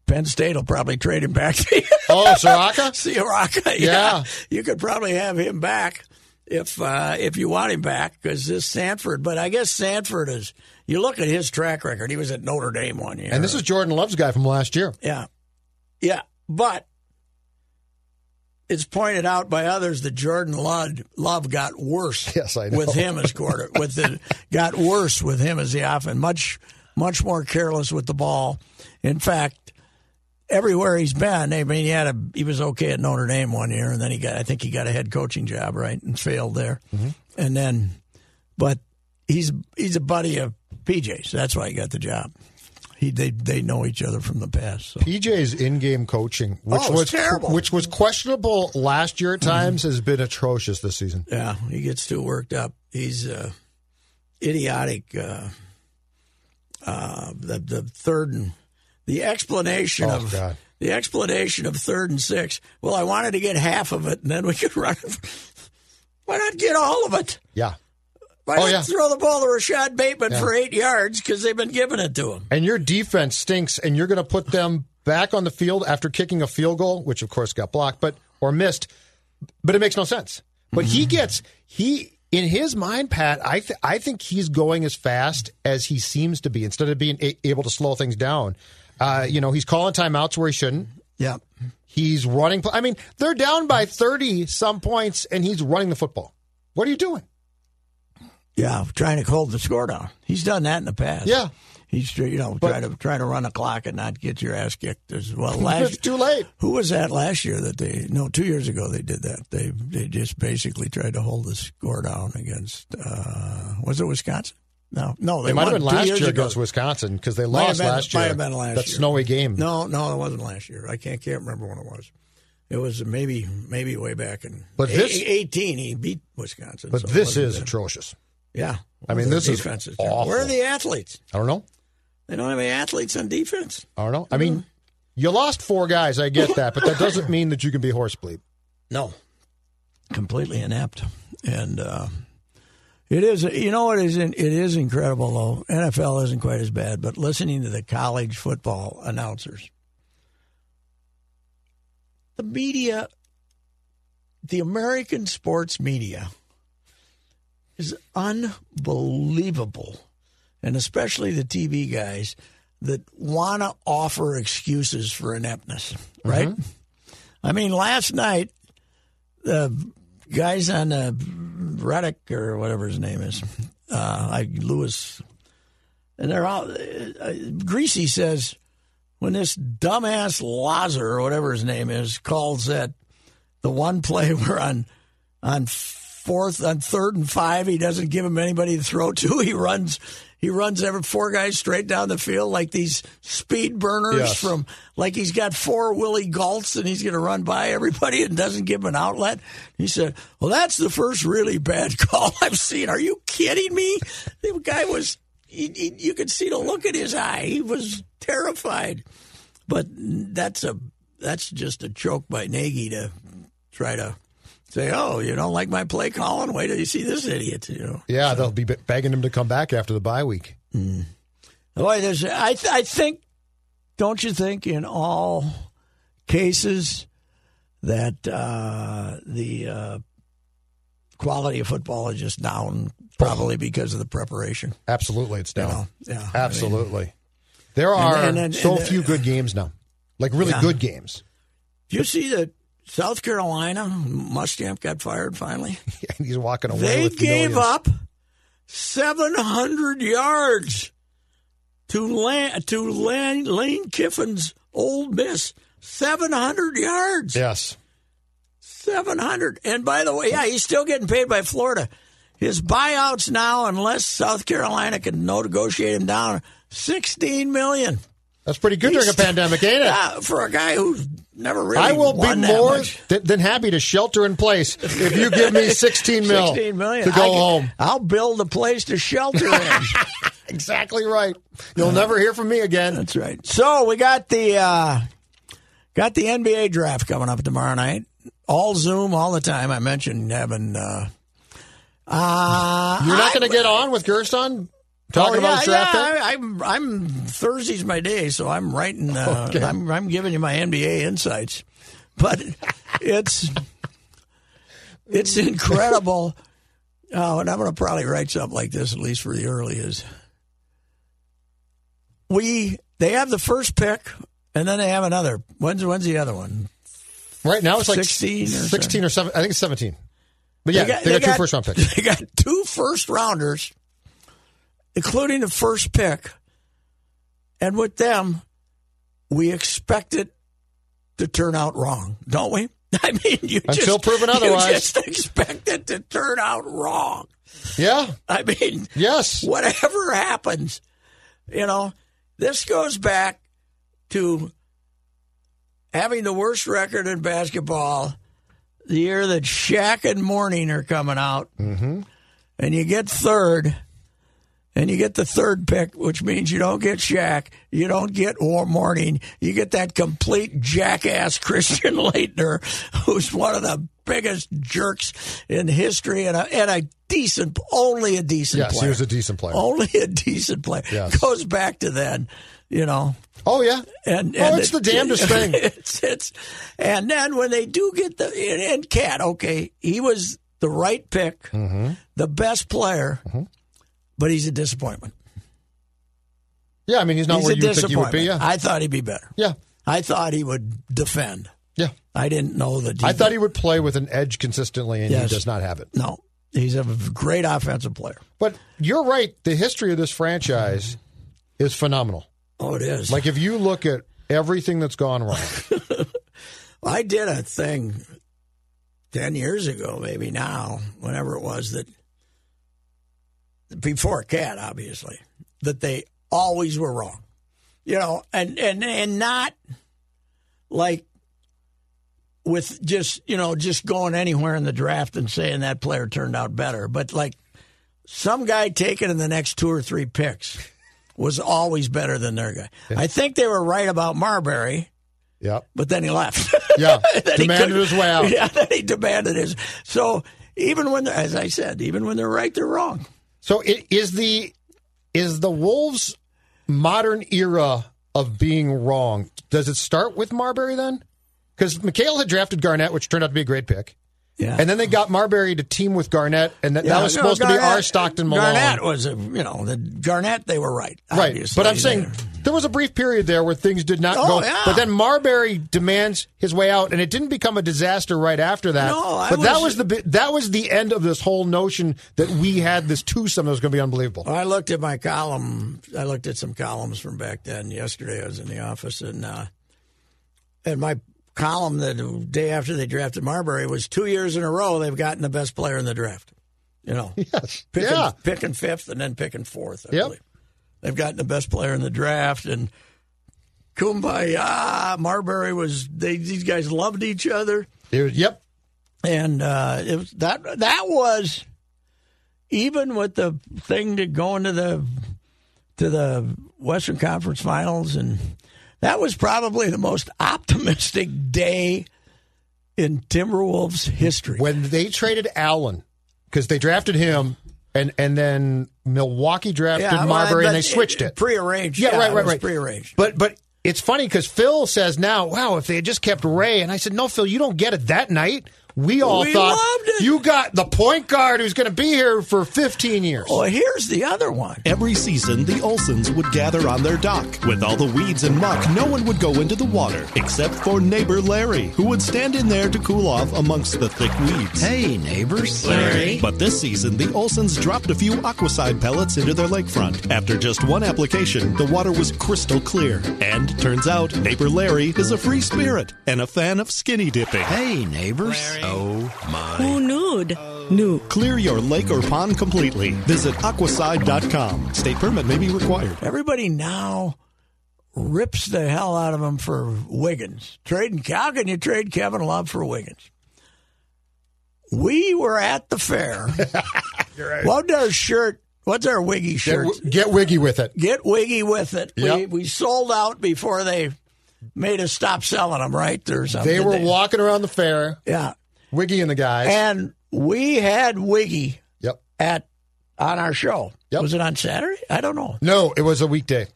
S4: Penn State will probably trade him back (laughs) to you.
S5: Oh, (laughs) Soraka?
S4: Sioraka,
S5: Yeah.
S4: (laughs) yeah. You could probably have him back if uh, if you want him back because this Sanford. But I guess Sanford is. You look at his track record. He was at Notre Dame one year.
S5: And this is Jordan Love's guy from last year.
S4: yeah, yeah. But it's pointed out by others that Jordan Love, Love got worse.
S5: (laughs) Yes, I know.
S4: With him as quarter, with the got worse with him as the offense. Much much more careless with the ball. In fact, everywhere he's been, I mean, he had a he was okay at Notre Dame one year, and then he got I think he got a head coaching job right and failed there,
S5: Mm-hmm.
S4: and then, but he's he's a buddy of PJ's. That's why he got the job. He they they know each other from the past. So.
S5: PJ's in-game coaching, which
S4: Oh, it's
S5: was
S4: terrible.
S5: which was questionable last year at times, has been atrocious this season.
S4: Yeah, he gets too worked up. He's uh, idiotic uh, uh, the the third and the explanation
S5: Oh,
S4: of
S5: God.
S4: the explanation of third and six. Well, I wanted to get half of it, and then we (laughs) could run. it. Why not get all of it?
S5: Yeah.
S4: Why
S5: Oh,
S4: not
S5: yeah.
S4: throw the ball to Rashad Bateman
S5: Yeah.
S4: for eight yards because they've been giving it to him?
S5: And your defense stinks, and you're going to put them back on the field after kicking a field goal, which of course got blocked, but or missed. But it makes no sense. But
S4: Mm-hmm.
S5: he gets he in his mind, Pat. I th- I think he's going as fast as he seems to be instead of being a- able to slow things down. Uh, you know, he's calling timeouts where he shouldn't.
S4: Yeah.
S5: He's running. pl- I mean, they're down by thirty some points, and he's running the football. What are you doing?
S4: Yeah, trying to hold the score down. He's done that in the past.
S5: Yeah.
S4: He's you know trying to trying to run the clock and not get your ass kicked as
S5: (laughs)
S4: well.
S5: It's
S4: Last
S5: too late.
S4: who was that last year that they no two years ago they did that they they just basically tried to hold the score down against uh, was it Wisconsin no no they
S5: It might have
S4: won
S5: been
S4: two
S5: last
S4: years
S5: year
S4: ago.
S5: against Wisconsin because they
S4: Might have
S5: lost
S4: been-
S5: last year.
S4: might have been last
S5: that
S4: year.
S5: snowy game.
S4: no no it wasn't last year I can't can't remember when it was it was maybe maybe way back in
S5: But
S4: eight-
S5: this-
S4: eighteen he beat Wisconsin
S5: But
S4: so it
S5: this
S4: wasn't
S5: is
S4: that-
S5: atrocious.
S4: yeah
S5: I mean,
S4: Their
S5: this is
S4: defense is
S5: awful.
S4: where are the athletes
S5: I don't know.
S4: they don't have any athletes on defense
S5: I don't know. I mean, Mm. you lost four guys. I get that, but that doesn't mean that you can be horse bleep.
S4: No, completely inept, and uh, it is. You know, it is. It is incredible though. NFL isn't quite as bad, but listening to the college football announcers, the media, the American sports media, is unbelievable, and especially the TV guys that want to offer excuses for ineptness, right? I mean, last night the guys on uh, Reddick or whatever his name is, uh, like Lewis, and they're all. Uh, uh, Greasy says when this dumbass Lazar or whatever his name is calls that the one play (laughs) where on on fourth on third and five he doesn't give him anybody to throw to. (laughs) He runs. He runs every four guys straight down the field like these speed burners
S5: Yes.
S4: from him like he's got four Willie Galt's and he's going to run by everybody and doesn't give him an outlet. He said, "Well, that's the first really bad (laughs) call I've seen." Are you kidding me? The guy was. He, he, you could see the look in his eye. He was terrified. But that's a that's just a joke by Nagy to try to say, "Oh, you don't like my play calling? Wait till you see this idiot." You know.
S5: Yeah, they'll be be- begging him to come back after the bye week.
S4: Boy, there's. I th- I think, don't you think, in all cases, that uh, the uh, quality of football is just down, probably because of the preparation.
S5: Absolutely, it's
S4: You
S5: down.
S4: know? Yeah, I mean,
S5: Absolutely. there are
S4: and- and-
S5: so
S4: and-
S5: few good games now, like really
S4: Yeah.
S5: good games. (laughs)
S4: do you see that South Carolina Muschamp got fired finally?
S5: He's walking away.
S4: They
S5: with
S4: gave
S5: millions.
S4: up 700 yards to Lan- to Lan- Lane Kiffin's Old Miss. 700 yards.
S5: Yes,
S4: Seven hundred. And by the way, yeah, he's still getting paid by Florida. His buyouts now, unless South Carolina can no negotiate him down, sixteen million.
S5: that's pretty good during a
S4: He's- (laughs)
S5: pandemic, ain't it?
S4: Yeah, for a guy who's never really.
S5: I will be
S4: won that
S5: more
S4: much.
S5: th- than happy to shelter in place if you
S4: (laughs)
S5: give me 16 mil
S4: 16 million.
S5: to go
S4: I can-
S5: home.
S4: I'll build a place to shelter in.
S5: (laughs) Exactly right. You'll never hear from me again.
S4: That's right. So we got the uh, got the NBA draft coming up tomorrow night. All Zoom, all the time. I mentioned having. Uh, uh,
S5: You're not
S4: I-
S5: going to get on with Gerson
S4: Oh,
S5: talking
S4: yeah,
S5: about his draft pick?
S4: yeah, I, I'm I'm Thursday's my day, so I'm writing. Uh, I'm I'm giving you my NBA insights, but it's (laughs) it's incredible. Oh, and I'm going to probably write something like this at least for the early is. We they have the first pick, and then they have another. When's when's the other one?
S5: Right now, it's like
S4: 16 or
S5: 16 or 7. I think it's 17. But yeah, they got, two first
S4: (laughs)
S5: round picks.
S4: They got two first rounders, including the first pick. And with them, we expect it to turn out wrong, don't we? (laughs) I mean, you
S5: Until
S4: just,
S5: proven otherwise.
S4: You just expect it to turn out wrong.
S5: Yeah.
S4: I mean,
S5: Yes.
S4: whatever happens, you know, this goes back to having the worst record in basketball the year that Shaq and Morning are coming out, mm-hmm. and you get third, and you get the third pick, which means you don't get Shaq, you don't get War Morning, you get that complete jackass (laughs) Christian Leitner, who's one of the biggest jerks in history, and a, and a decent, only a decent
S5: Yes, he
S4: player. Oh.
S5: was a decent player.
S4: Only a decent player.
S5: Yes.
S4: Goes back to then, you know
S5: Oh yeah.
S4: and,
S5: oh,
S4: and
S5: it's
S4: it-
S5: the
S4: (laughs)
S5: damnedest thing.
S4: It's, it's, and then when they do get the and, and Cat, okay, he was the right pick,
S5: Mm-hmm.
S4: the best player, but he's a disappointment.
S5: Yeah, I mean he's not
S4: he's
S5: where
S4: a
S5: you think he would
S4: disappointment.
S5: be. Yeah,
S4: I thought he'd be better.
S5: yeah,
S4: I thought he would defend.
S5: yeah.
S4: I didn't know the.
S5: I thought he would play with an edge consistently, and
S4: Yes.
S5: he does not have it.
S4: no. He's a great offensive player.
S5: But you're right. The history of this franchise is phenomenal.
S4: Oh, it is.
S5: Like if you look at everything that's gone wrong, (laughs)
S4: I did a thing 10 years ago, maybe now, whenever it was, that before Cat, obviously, that they always were wrong. You know, and, and, and not like with just, you know, just going anywhere in the draft and saying that player turned out better, but like some guy taken in the next two or three picks was always better than their guy. I think they were right about Marbury,
S5: yeah,
S4: but then he left. (laughs)
S5: yeah,
S4: that (laughs) he
S5: demanded
S4: couldn't-
S5: his way out.
S4: Yeah, that he demanded his. So even when, they're- as I said, even when they're right, they're wrong.
S5: So it is the is the Wolves' modern era of being wrong. Does it start with Marbury then? Because McHale had drafted Garnett, which turned out to be a great pick,
S4: Yeah.
S5: and then they got Marbury to team with Garnett, and that, that was supposed to be our Stockton Malone.
S4: Garnett was, a, you know, the Garnett. They were right,
S5: Right,
S4: obviously.
S5: but I'm saying there was a brief period there where things did not
S4: Oh,
S5: go.
S4: yeah.
S5: But then Marbury demands his way out, and it didn't become a disaster right after that.
S4: No, I
S5: but that was
S4: was-
S5: the bi- that was the end of this whole notion that we had this twosome that was going to be unbelievable.
S4: I looked at my column. I looked at some columns from back then. Yesterday, I was in the office, and uh, and my column the day after they drafted Marbury was two years in a row they've gotten the best player in the draft. You know,
S5: (laughs) Yes,
S4: picking,
S5: yeah,
S4: picking fifth and then picking fourth. I
S5: Yep.
S4: believe. They've gotten the best player in the draft and Kumbaya, Marbury was they these guys loved each other
S5: It was- yep.
S4: and uh, it was, that that was even with the thing to going to the to the Western Conference Finals, and that was probably the most optimistic day in Timberwolves history.
S5: When they traded Allen because they drafted him, and and then Milwaukee drafted
S4: well,
S5: Marbury, and
S4: but
S5: they switched it.
S4: prearranged.
S5: Yeah, right,
S4: it
S5: right,
S4: was
S5: right.
S4: Prearranged.
S5: But but it's funny because Phil says now, wow, if they had just kept Ray, and I said, no, Phil, you don't get it. That night, we all
S4: We
S5: thought
S4: loved it.
S5: you got the point guard who's going to be here for 15 years.
S4: Well, here's the other one.
S6: Every season, the Olsons would gather on their dock. With all the weeds and muck, no one would go into the water, except for neighbor Larry, who would stand in there to cool off amongst the thick weeds.
S7: Hey, neighbors.
S6: But this season, the Olsons dropped a few Aquaside pellets into their lakefront. After just one application, the water was crystal clear. And turns out, neighbor Larry is a free spirit and a fan of skinny dipping.
S7: Hey, neighbors. Oh, my.
S8: nude? Nude.
S6: Clear your lake or pond completely. Visit aquaside.com. State permit may be required.
S4: Everybody now rips the hell out of him for Wiggins. Trading how can you trade Kevin Love for Wiggins? We were at the
S5: (laughs)
S4: fair. What our shirt? What's our Wiggy
S5: Get,
S4: shirt?
S5: w- get wiggy with it.
S4: Get Wiggy with it. We,
S5: Yep.
S4: we sold out before they made us stop selling them. Right? There's something.
S5: They were walking around the fair,
S4: Yeah,
S5: Wiggy and the guys.
S4: and we had Wiggy
S5: yep.
S4: at on our show.
S5: Yep.
S4: Was it on Saturday? I don't know.
S5: No, it was a weekday.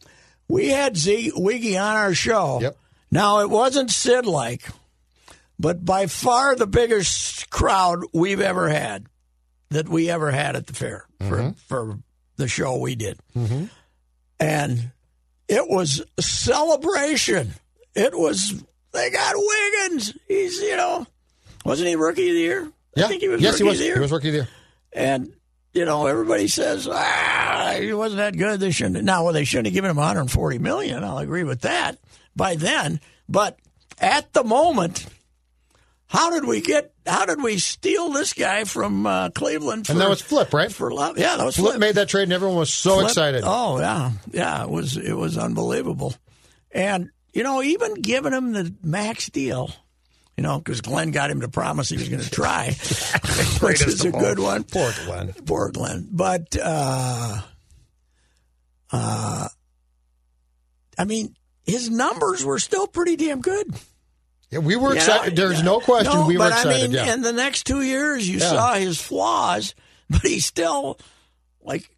S4: We had Z- Wiggy on our show.
S5: Yep.
S4: Now it wasn't Sid like, but by far the biggest crowd we've ever had that we ever had at the fair
S5: Mm-hmm.
S4: for, for the show we did, and it was a celebration. It was they got Wiggins. He's you know, wasn't he rookie of the year?
S5: Yeah.
S4: I think he was
S5: yes,
S4: rookie
S5: he
S4: of
S5: was.
S4: the year.
S5: He was rookie of the year.
S4: And you know, everybody says, ah, he wasn't that good. They shouldn't. Now, well, they shouldn't have given him 140 million. I'll agree with that by then. But at the moment, how did we get? How did we steal this guy from uh, Cleveland? For,
S5: And that was Flip, right?
S4: for love. Yeah, that was
S5: Flip
S4: Flip.
S5: made that trade, and everyone was so
S4: Flip-
S5: excited.
S4: Oh yeah, yeah. It was it was unbelievable, and you know, even giving him the max deal. You know, because Glenn got him to promise he was going to
S5: (laughs)
S4: try, which is a good one.
S5: Poor Glenn.
S4: Portland. But uh, Uh, I mean, his numbers were still pretty damn good.
S5: Yeah, we were
S4: You
S5: excited.
S4: know,
S5: There's no question
S4: No,
S5: we were
S4: but I
S5: excited.
S4: mean,
S5: yeah.
S4: in the next two years, you
S5: Yeah.
S4: saw his flaws, (laughs) but he still, like,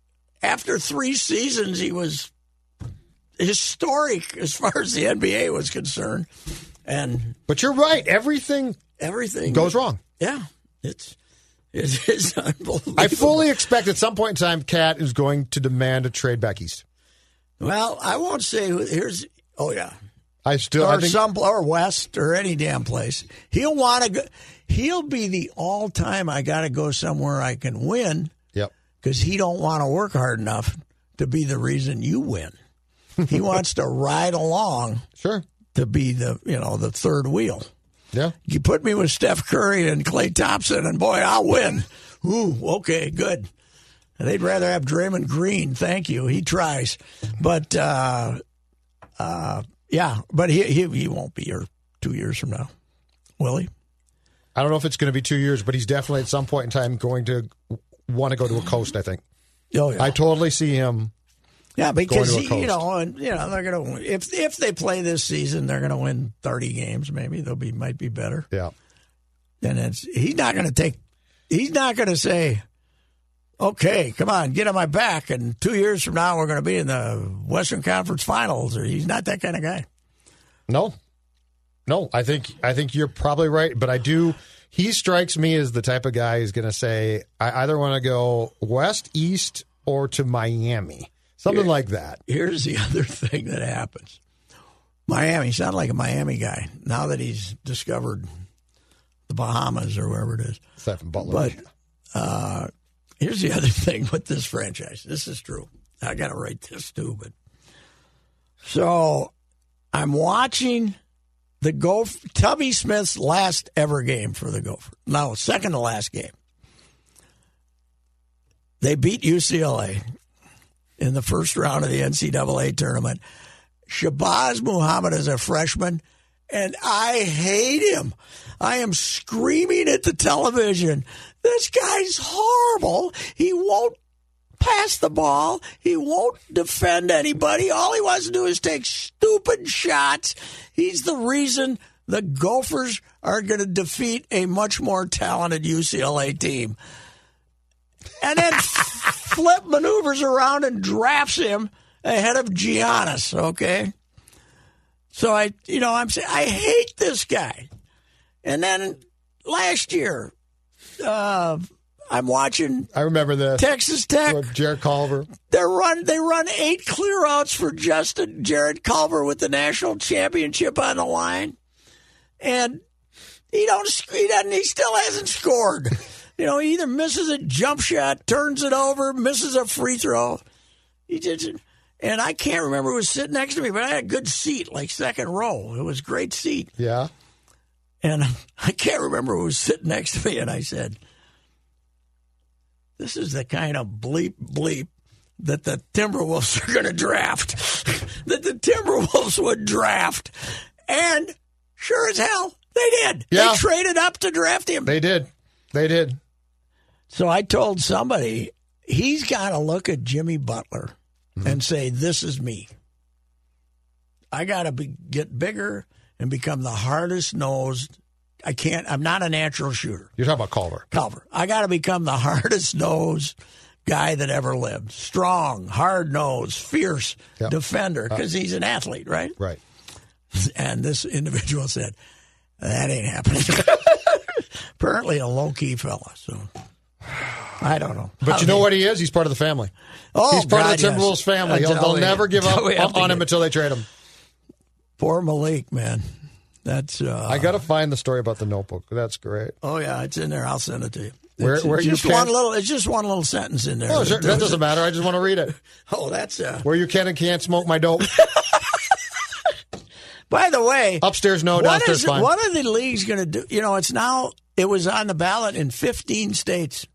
S4: after three seasons, he was historic as far as the NBA was concerned, and
S5: but you're right. Everything
S4: everything
S5: goes wrong.
S4: Yeah, it's it (laughs) is unbelievable.
S5: I fully expect at some point in time, Cat is going to demand a trade back east.
S4: well, I won't say who. Here's oh yeah,
S5: I still, I
S4: or
S5: think,
S4: some or West or any damn place. He'll want to go. He'll be the all time. I got to go somewhere I can win
S5: yep.
S4: because he don't want to work hard enough to be the reason you win. He wants to ride along
S5: Sure.
S4: to be the you know the third wheel.
S5: Yeah.
S4: You put me with Steph Curry and Clay Thompson, and boy, I'll win. Ooh, okay, good. They'd rather have Draymond Green. Thank you. He tries, but uh, uh, yeah, but he, he he won't be here two years from now, will he?
S5: I don't know if it's going to be two years, but he's definitely at some point in time going to want to go to a coast, I think.
S4: Oh yeah,
S5: I totally see him.
S4: yeah, because
S5: going to a
S4: he, you
S5: coast.
S4: know, and you know, they're gonna win. if if they play this season, they're gonna win thirty games. Maybe they'll be might be better.
S5: Yeah.
S4: And it's he's not going to take. He's not going to say, "Okay, come on, get on my back." And two years from now, we're going to be in the Western Conference Finals. Or he's not that kind of guy.
S5: No. No, I think I think you're probably right, but I do he strikes me as the type of guy who's going to say I either want to go west, east or to Miami. Something like that.
S4: Here's the (laughs) other thing that happens: Miami. Sound like a Miami guy now that he's discovered the Bahamas or wherever it is.
S5: Aside from Butler.
S4: But uh, here's the (laughs) other thing with this franchise. This is true. I got to write this too. But so I'm watching the Gopher Tubby Smith's last ever game for the Gopher. No, second to last game. They beat UCLA in the first round of the NCAA tournament. Shabazz Muhammad is a freshman, and I hate him. I am screaming at the television. This guy's horrible. He won't pass the ball. He won't defend anybody. All he wants to do is take stupid shots. He's the reason the Gophers are going to defeat a much more talented UCLA team. And then Flip maneuvers around and drafts him ahead of Giannis, okay? So I, you know, I'm saying I hate this guy. And then last year, uh, I'm watching
S5: I remember this. (laughs)
S4: Texas Tech.
S5: with Jared Culver.
S4: They run they run eight clear outs for Justin Jared Culver with the national championship on the line, and he don't sc- he doesn't he still hasn't scored. You know, he either misses a jump shot, turns it over, misses a free throw. He just and I can't remember who was sitting next to me, but I had a good seat, like second row. It was a great seat,
S5: Yeah.
S4: and (laughs) I can't remember who was sitting next to me, and I said. This is the kind of bleep bleep that the Timberwolves are going to draft, (laughs) that the Timberwolves would draft. And sure as hell, they did.
S5: Yeah.
S4: They traded up to draft him.
S5: They did. They did.
S4: So I told somebody, he's got to look at Jimmy Butler and say, This is me. I got to be, get bigger and become the hardest nosed. I can't, I'm not a natural shooter.
S5: You're talking about Culver.
S4: Culver. I got to become the (laughs) hardest nosed guy that ever lived. Strong, hard nosed, fierce
S5: Yep.
S4: defender because he's an athlete, right?
S5: Right.
S4: And this individual said, "That ain't happening." Apparently, a low key fella. So I don't know.
S5: But you know what he is? He's part of the family.
S4: Oh,
S5: He's part of
S4: God,
S5: the
S4: yes. Uh,
S5: Timberwolves family. He'll-
S4: Until
S5: They'll
S4: we-
S5: never
S4: (laughs)
S5: give up
S4: until we have to
S5: on
S4: get-
S5: him until they trade him.
S4: Poor Malik, man. That's uh,
S5: I got to find the story about the notebook. That's great.
S4: oh yeah, it's in there. I'll send it to you.
S5: Where-
S4: it's,
S5: where
S4: it's
S5: you
S4: just
S5: can-
S4: one little. It's just one little sentence in there.
S5: Oh, sure. That doesn't matter. I just want to read it.
S4: Oh, that's uh.
S5: Where you can and can't smoke
S4: (laughs)
S5: my dope.
S4: By the way,
S5: Upstairs, no.
S4: What
S5: Downstairs,
S4: is-
S5: fine.
S4: What are the leagues going to do? You know, it's now, it was on the ballot in 15 states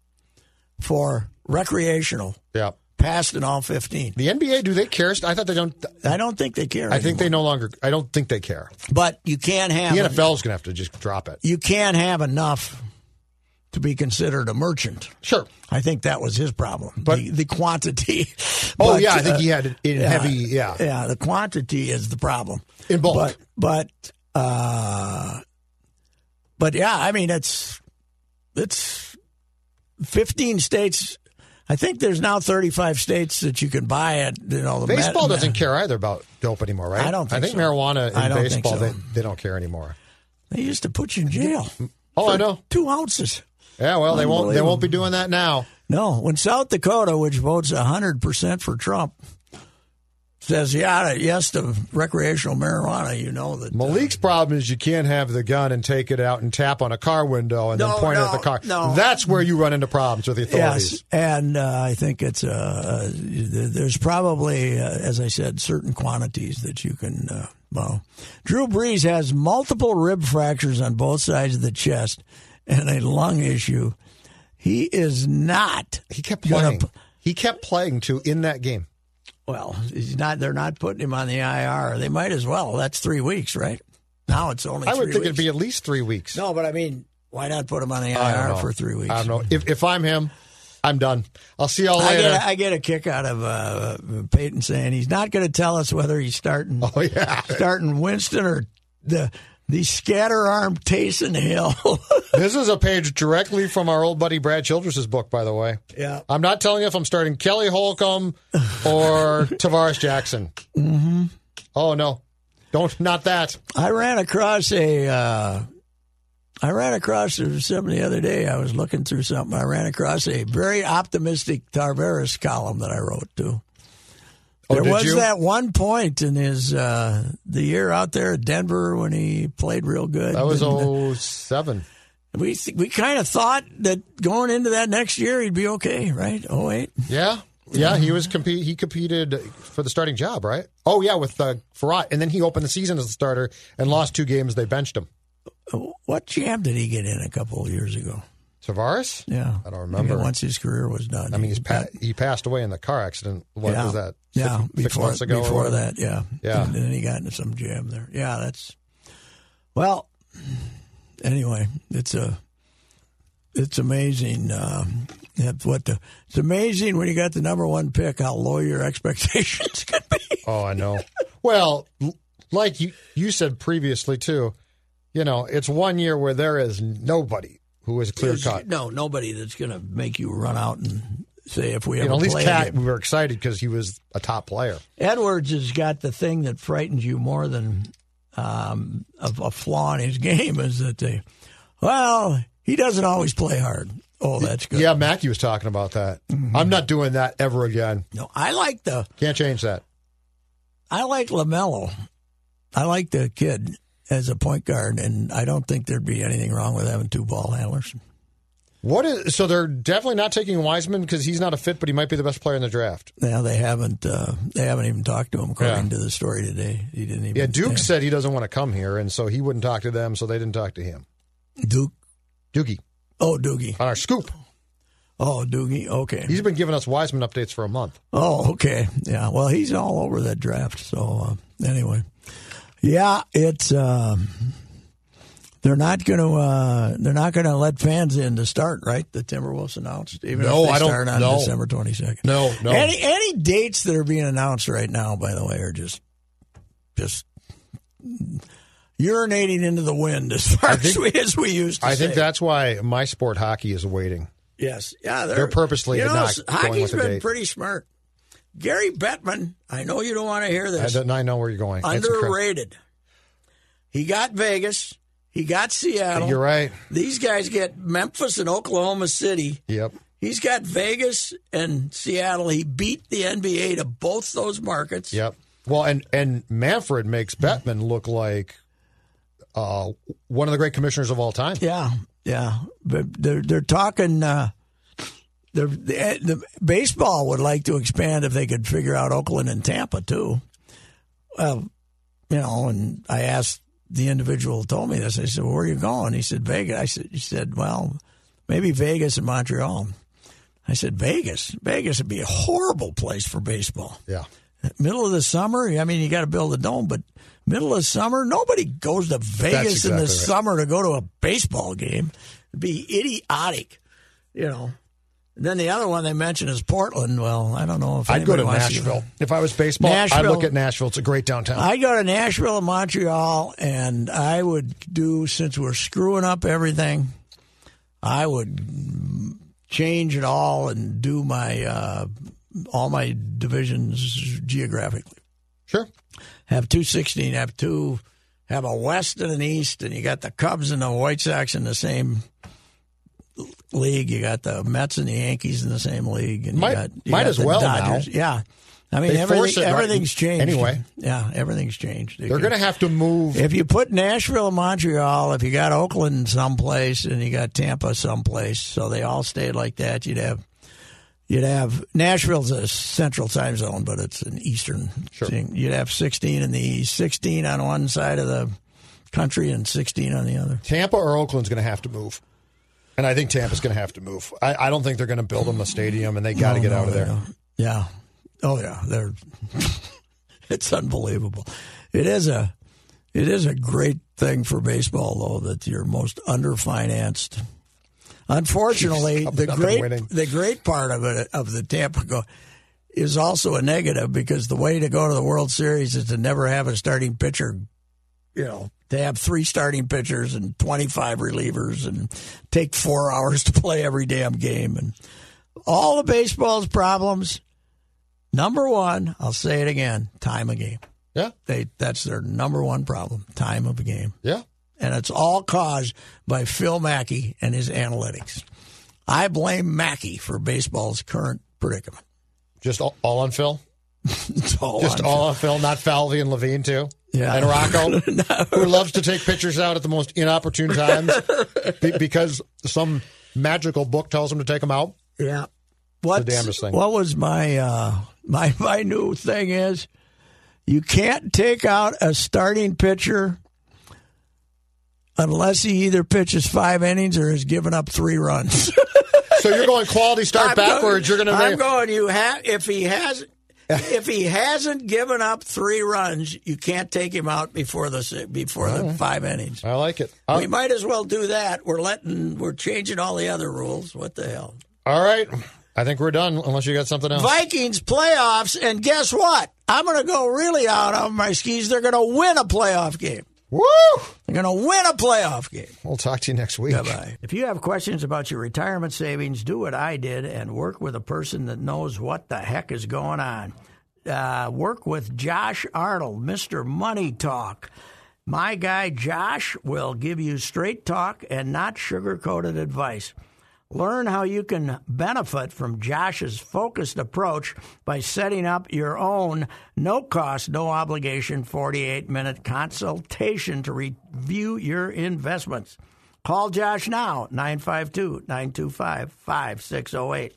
S4: for recreational,
S5: Yeah.
S4: passed in all 15.
S5: The NBA, do they care? I thought they don't.
S4: I don't think they care.
S5: I think they no longer. I don't think they care.
S4: But you can't
S5: The
S4: have,
S5: NFL's going to have to just drop it.
S4: you can't have enough to be considered a merchant.
S5: Sure.
S4: I think that was his problem.
S5: But-
S4: the, the quantity. (laughs)
S5: Oh,
S4: But,
S5: yeah, I think
S4: uh,
S5: he had it in heavy. Yeah.
S4: yeah, the quantity is the problem
S5: In bulk.
S4: But but uh, but yeah, I mean it's it's fifteen states. I think there's now 35 states that you can buy it. You know, the
S5: Baseball
S4: ma-
S5: doesn't care either about dope anymore, right?
S4: I don't
S5: I
S4: think
S5: think
S4: so.
S5: marijuana and
S4: I don't think
S5: baseball
S4: so.
S5: they, they don't care anymore.
S4: They used to put you in jail.
S5: Oh, I know.
S4: Two ounces.
S5: Yeah, well, they won't. They
S4: Unbelievable.
S5: won't be doing that now.
S4: No, when South Dakota, which votes 100% for Trump, says yeah, yes to recreational marijuana, you know that.
S5: Malik's problem is you can't have the gun and take it out and tap on a car window and
S4: No,
S5: then point it
S4: no,
S5: at the car.
S4: no.
S5: That's where you run into problems with the authorities.
S4: Yes, and uh, I think it's uh, uh, there's probably, uh, as I said, certain quantities that you can. Uh, well, Drew Brees has multiple rib fractures on both sides of the chest and a lung issue. He is not.
S5: He kept
S4: gonna
S5: playing.
S4: p-
S5: He kept playing too in that game.
S4: Well, he's not. They're not putting him on the IR. They might as well. That's three weeks, right? Now it's only.
S5: I would
S4: three
S5: think it'd
S4: weeks.
S5: be at least three weeks.
S4: No, but I mean, why not put him on the
S5: I don't
S4: IR
S5: know.
S4: for three weeks?
S5: I don't know. If, if I'm him, I'm done. I'll see y'all
S4: I
S5: later.
S4: get, I get a kick out of uh, Peyton saying he's not going to tell us whether he's starting
S5: oh (laughs) yeah,
S4: starting Winston or the the scatter arm Taysom Hill. (laughs)
S5: this is a page directly from our old buddy Brad Childress's book, by the way.
S4: yeah,
S5: I'm not telling you if I'm starting Kelly Holcomb
S4: (laughs)
S5: or Tavares Jackson. Mm-hmm. Oh no, don't not that.
S4: I ran across a. Uh, I ran across something the other day. I was looking through something. I ran across a very optimistic Tarveras column that I wrote too.
S5: Oh,
S4: there
S5: did
S4: was
S5: you?
S4: that one point in his uh, the year out there at Denver when he played real good. (laughs)
S5: That was
S4: And, uh,
S5: 07.
S4: we we kind of thought that going into that next year he'd be okay, right? Oh wait,
S5: Yeah. Yeah, he was compete. He competed for the starting job, right? Oh yeah, with uh, Farrat, and then he opened the season as a starter and lost two games. They benched him.
S4: what jam did he get in a couple of years ago?
S5: Tavares.
S4: Yeah,
S5: I don't remember.
S4: Maybe once his career was done.
S5: I mean, he's pa- he passed away in the car accident. What was that? Six,
S4: yeah,
S5: six
S4: before
S5: months ago. or
S4: before
S5: whatever?
S4: that, yeah,
S5: Yeah.
S4: And then he got into some jam there. Yeah, that's well. Anyway, it's a it's amazing um, that what the it's amazing when you got the number one pick how low your (laughs) expectations can be.
S5: Oh, I know. well, l- like you you said previously too, you know, it's one year where there is nobody who is clear
S4: There's
S5: cut.
S4: No, nobody that's going to make you run out and say if we
S5: You
S4: ever
S5: know, at least
S4: play
S5: Cat,
S4: again.
S5: we were excited because he was a top player.
S4: Edwards has got the thing that frightens you more than um, a, a flaw in his (laughs) game is that they, well, he doesn't always play hard. Oh, that's good.
S5: Yeah, Mackey was talking about that.
S4: Mm-hmm.
S5: I'm not doing that ever again.
S4: No, I like the
S5: Can't change that.
S4: I like Lamelo. I like the kid as a point guard, and I don't think there'd be anything wrong with having two ball handlers.
S5: What is so? They're definitely not taking Wiseman because he's not a fit, but he might be the best player in the draft.
S4: Now they haven't uh, they haven't even talked to him according
S5: Yeah.
S4: to the story today. He didn't even
S5: Yeah, Duke said he doesn't want to come here, and so he wouldn't talk to them, so they didn't talk to him.
S4: Duke.
S5: Doogie
S4: Oh, Doogie.
S5: on our scoop.
S4: Oh, Doogie. Okay.
S5: He's been giving us Wiseman updates for a month.
S4: Oh, okay. Yeah. Well, he's all over that draft. So uh, anyway, yeah, it's um, they're not going to uh, they're not going to let fans in to start, right? The Timberwolves announced, even
S5: No,
S4: if they
S5: I don't-
S4: start on
S5: no.
S4: December twenty second.
S5: No, no.
S4: Any any dates that are being announced right now, by the way, are just just urinating into the wind as (laughs) far as, we, as we used to.
S5: I
S4: say.
S5: think that's why my sport hockey is waiting.
S4: Yes, yeah, they're,
S5: They're purposely
S4: you know,
S5: not
S4: s-
S5: going
S4: Hockey's
S5: with the
S4: been
S5: date.
S4: pretty smart. Gary Bettman, I know you don't want to hear
S5: I,
S4: this.
S5: don't, I know where you're going. It's incredible.
S4: Underrated. He got Vegas. He got Seattle.
S5: You're right.
S4: These guys get Memphis and Oklahoma City.
S5: Yep.
S4: He's got Vegas and Seattle. He beat the NBA to both those markets.
S5: Yep. Well, and and Manfred makes
S4: Mm.
S5: Bettman look like uh, one of the great commissioners of all time.
S4: Yeah, yeah. But they're they're talking. Uh, they're, the, eh, the baseball would like to expand if they could figure out Oakland and Tampa too. Well, you know, and I asked the individual who told me this. I said, well, "Where are you going?" He said, "Vegas." I said, "He said, well, maybe Vegas and Montreal." I said, "Vegas. Vegas would be a horrible place for baseball."
S5: Yeah.
S4: middle of the summer. I mean, you got to build a dome, but middle of summer, nobody goes to Vegas in
S5: exactly
S4: the
S5: right.
S4: summer to go to a baseball game. It'd be idiotic, you know. And then the other one they mentioned is Portland. Well, I don't know if
S5: I'd go to
S4: anybody wants
S5: Nashville. If I was baseball, I'd
S4: Nashville.
S5: look at Nashville. It's a great downtown.
S4: I go to Nashville and Montreal, and I would do since we're screwing up everything, I would mm, change it all and do my uh, all my divisions geographically.
S5: sure.
S4: Have two sixteen, have two, have a West and an East, and you got the Cubs and the White Sox in the same league. You got the Mets and the Yankees in the same league, and
S5: Might-
S4: you got, you
S5: might
S4: got
S5: as
S4: the
S5: well now.
S4: Dodgers. Yeah. I mean,
S5: They force
S4: everything,
S5: it, right?
S4: everything's changed.
S5: Anyway.
S4: yeah, everything's changed.
S5: They're going to have to move.
S4: If you put Nashville, and Montreal, if you got Oakland someplace, and you got Tampa someplace, so they all stayed like that, you'd have you'd have Nashville's a central time zone, but it's an eastern thing. You'd have sixteen in the east, sixteen on one side of the country, and sixteen on the other.
S5: Tampa or Oakland's going to have to move. And I think Tampa's going to have to move. I, I don't think they're going to build them a stadium, and they got to get out of there.
S4: Yeah. Oh yeah. They're (laughs) it's unbelievable. It is a it is a great thing for baseball though that you're most underfinanced. Unfortunately,
S5: Keeps
S4: the
S5: coming up and winning.
S4: great the great part of it of the Tampa go is also a negative because the way to go to the World Series is to never have a starting pitcher you know, to have three starting pitchers and 25 relievers and take four (laughs) hours to play every damn game. And all the baseball's problems, number one, I'll say it again time of game.
S5: Yeah,
S4: They, that's their number one problem time of game.
S5: yeah.
S4: And it's all caused by Phil Mackey and his analytics. I blame Mackey for baseball's current predicament. (laughs)
S5: Just all, all on Phil.
S4: It's all
S5: Just
S4: on
S5: all on Phil, not Falvey and Levine too.
S4: Yeah. (laughs)
S5: and Rocco, who loves to take pictures out at the most inopportune times be, because some magical book tells him to take them out.
S4: Yeah. What's,
S5: damnedest thing.
S4: What was my uh, my (laughs) my new thing is you can't take out a starting pitcher unless he either pitches five innings or has given up three runs. (laughs)
S5: So you're going quality start
S4: I'm
S5: backwards.
S4: going-
S5: you're going to.
S4: I'm going. You have if he
S5: (laughs)
S4: has. if he hasn't given up three runs, you can't take him out before the si- before the five innings.
S5: I like it. Uh,
S4: we might as well do that. We're letting we're changing all the other rules. What the hell?
S5: all right, I think we're done. Unless you got something else.
S4: Vikings playoffs, and guess what? I'm going to go really out on my skis. They're going to win a playoff game.
S5: Woo!
S4: They're going to win a playoff game.
S5: We'll talk to you next week.
S4: Bye-bye. If you have questions about your retirement savings, do what I did and work with a person that knows what the heck is going on. Uh, work with Josh Arnold, Mr. Money Talk. My guy Josh will give you straight talk and not sugar coated advice. Learn how you can benefit from Josh's focused approach by setting up your own no cost, no obligation 48 minute consultation to review your investments. Call Josh now, 952 925 5608.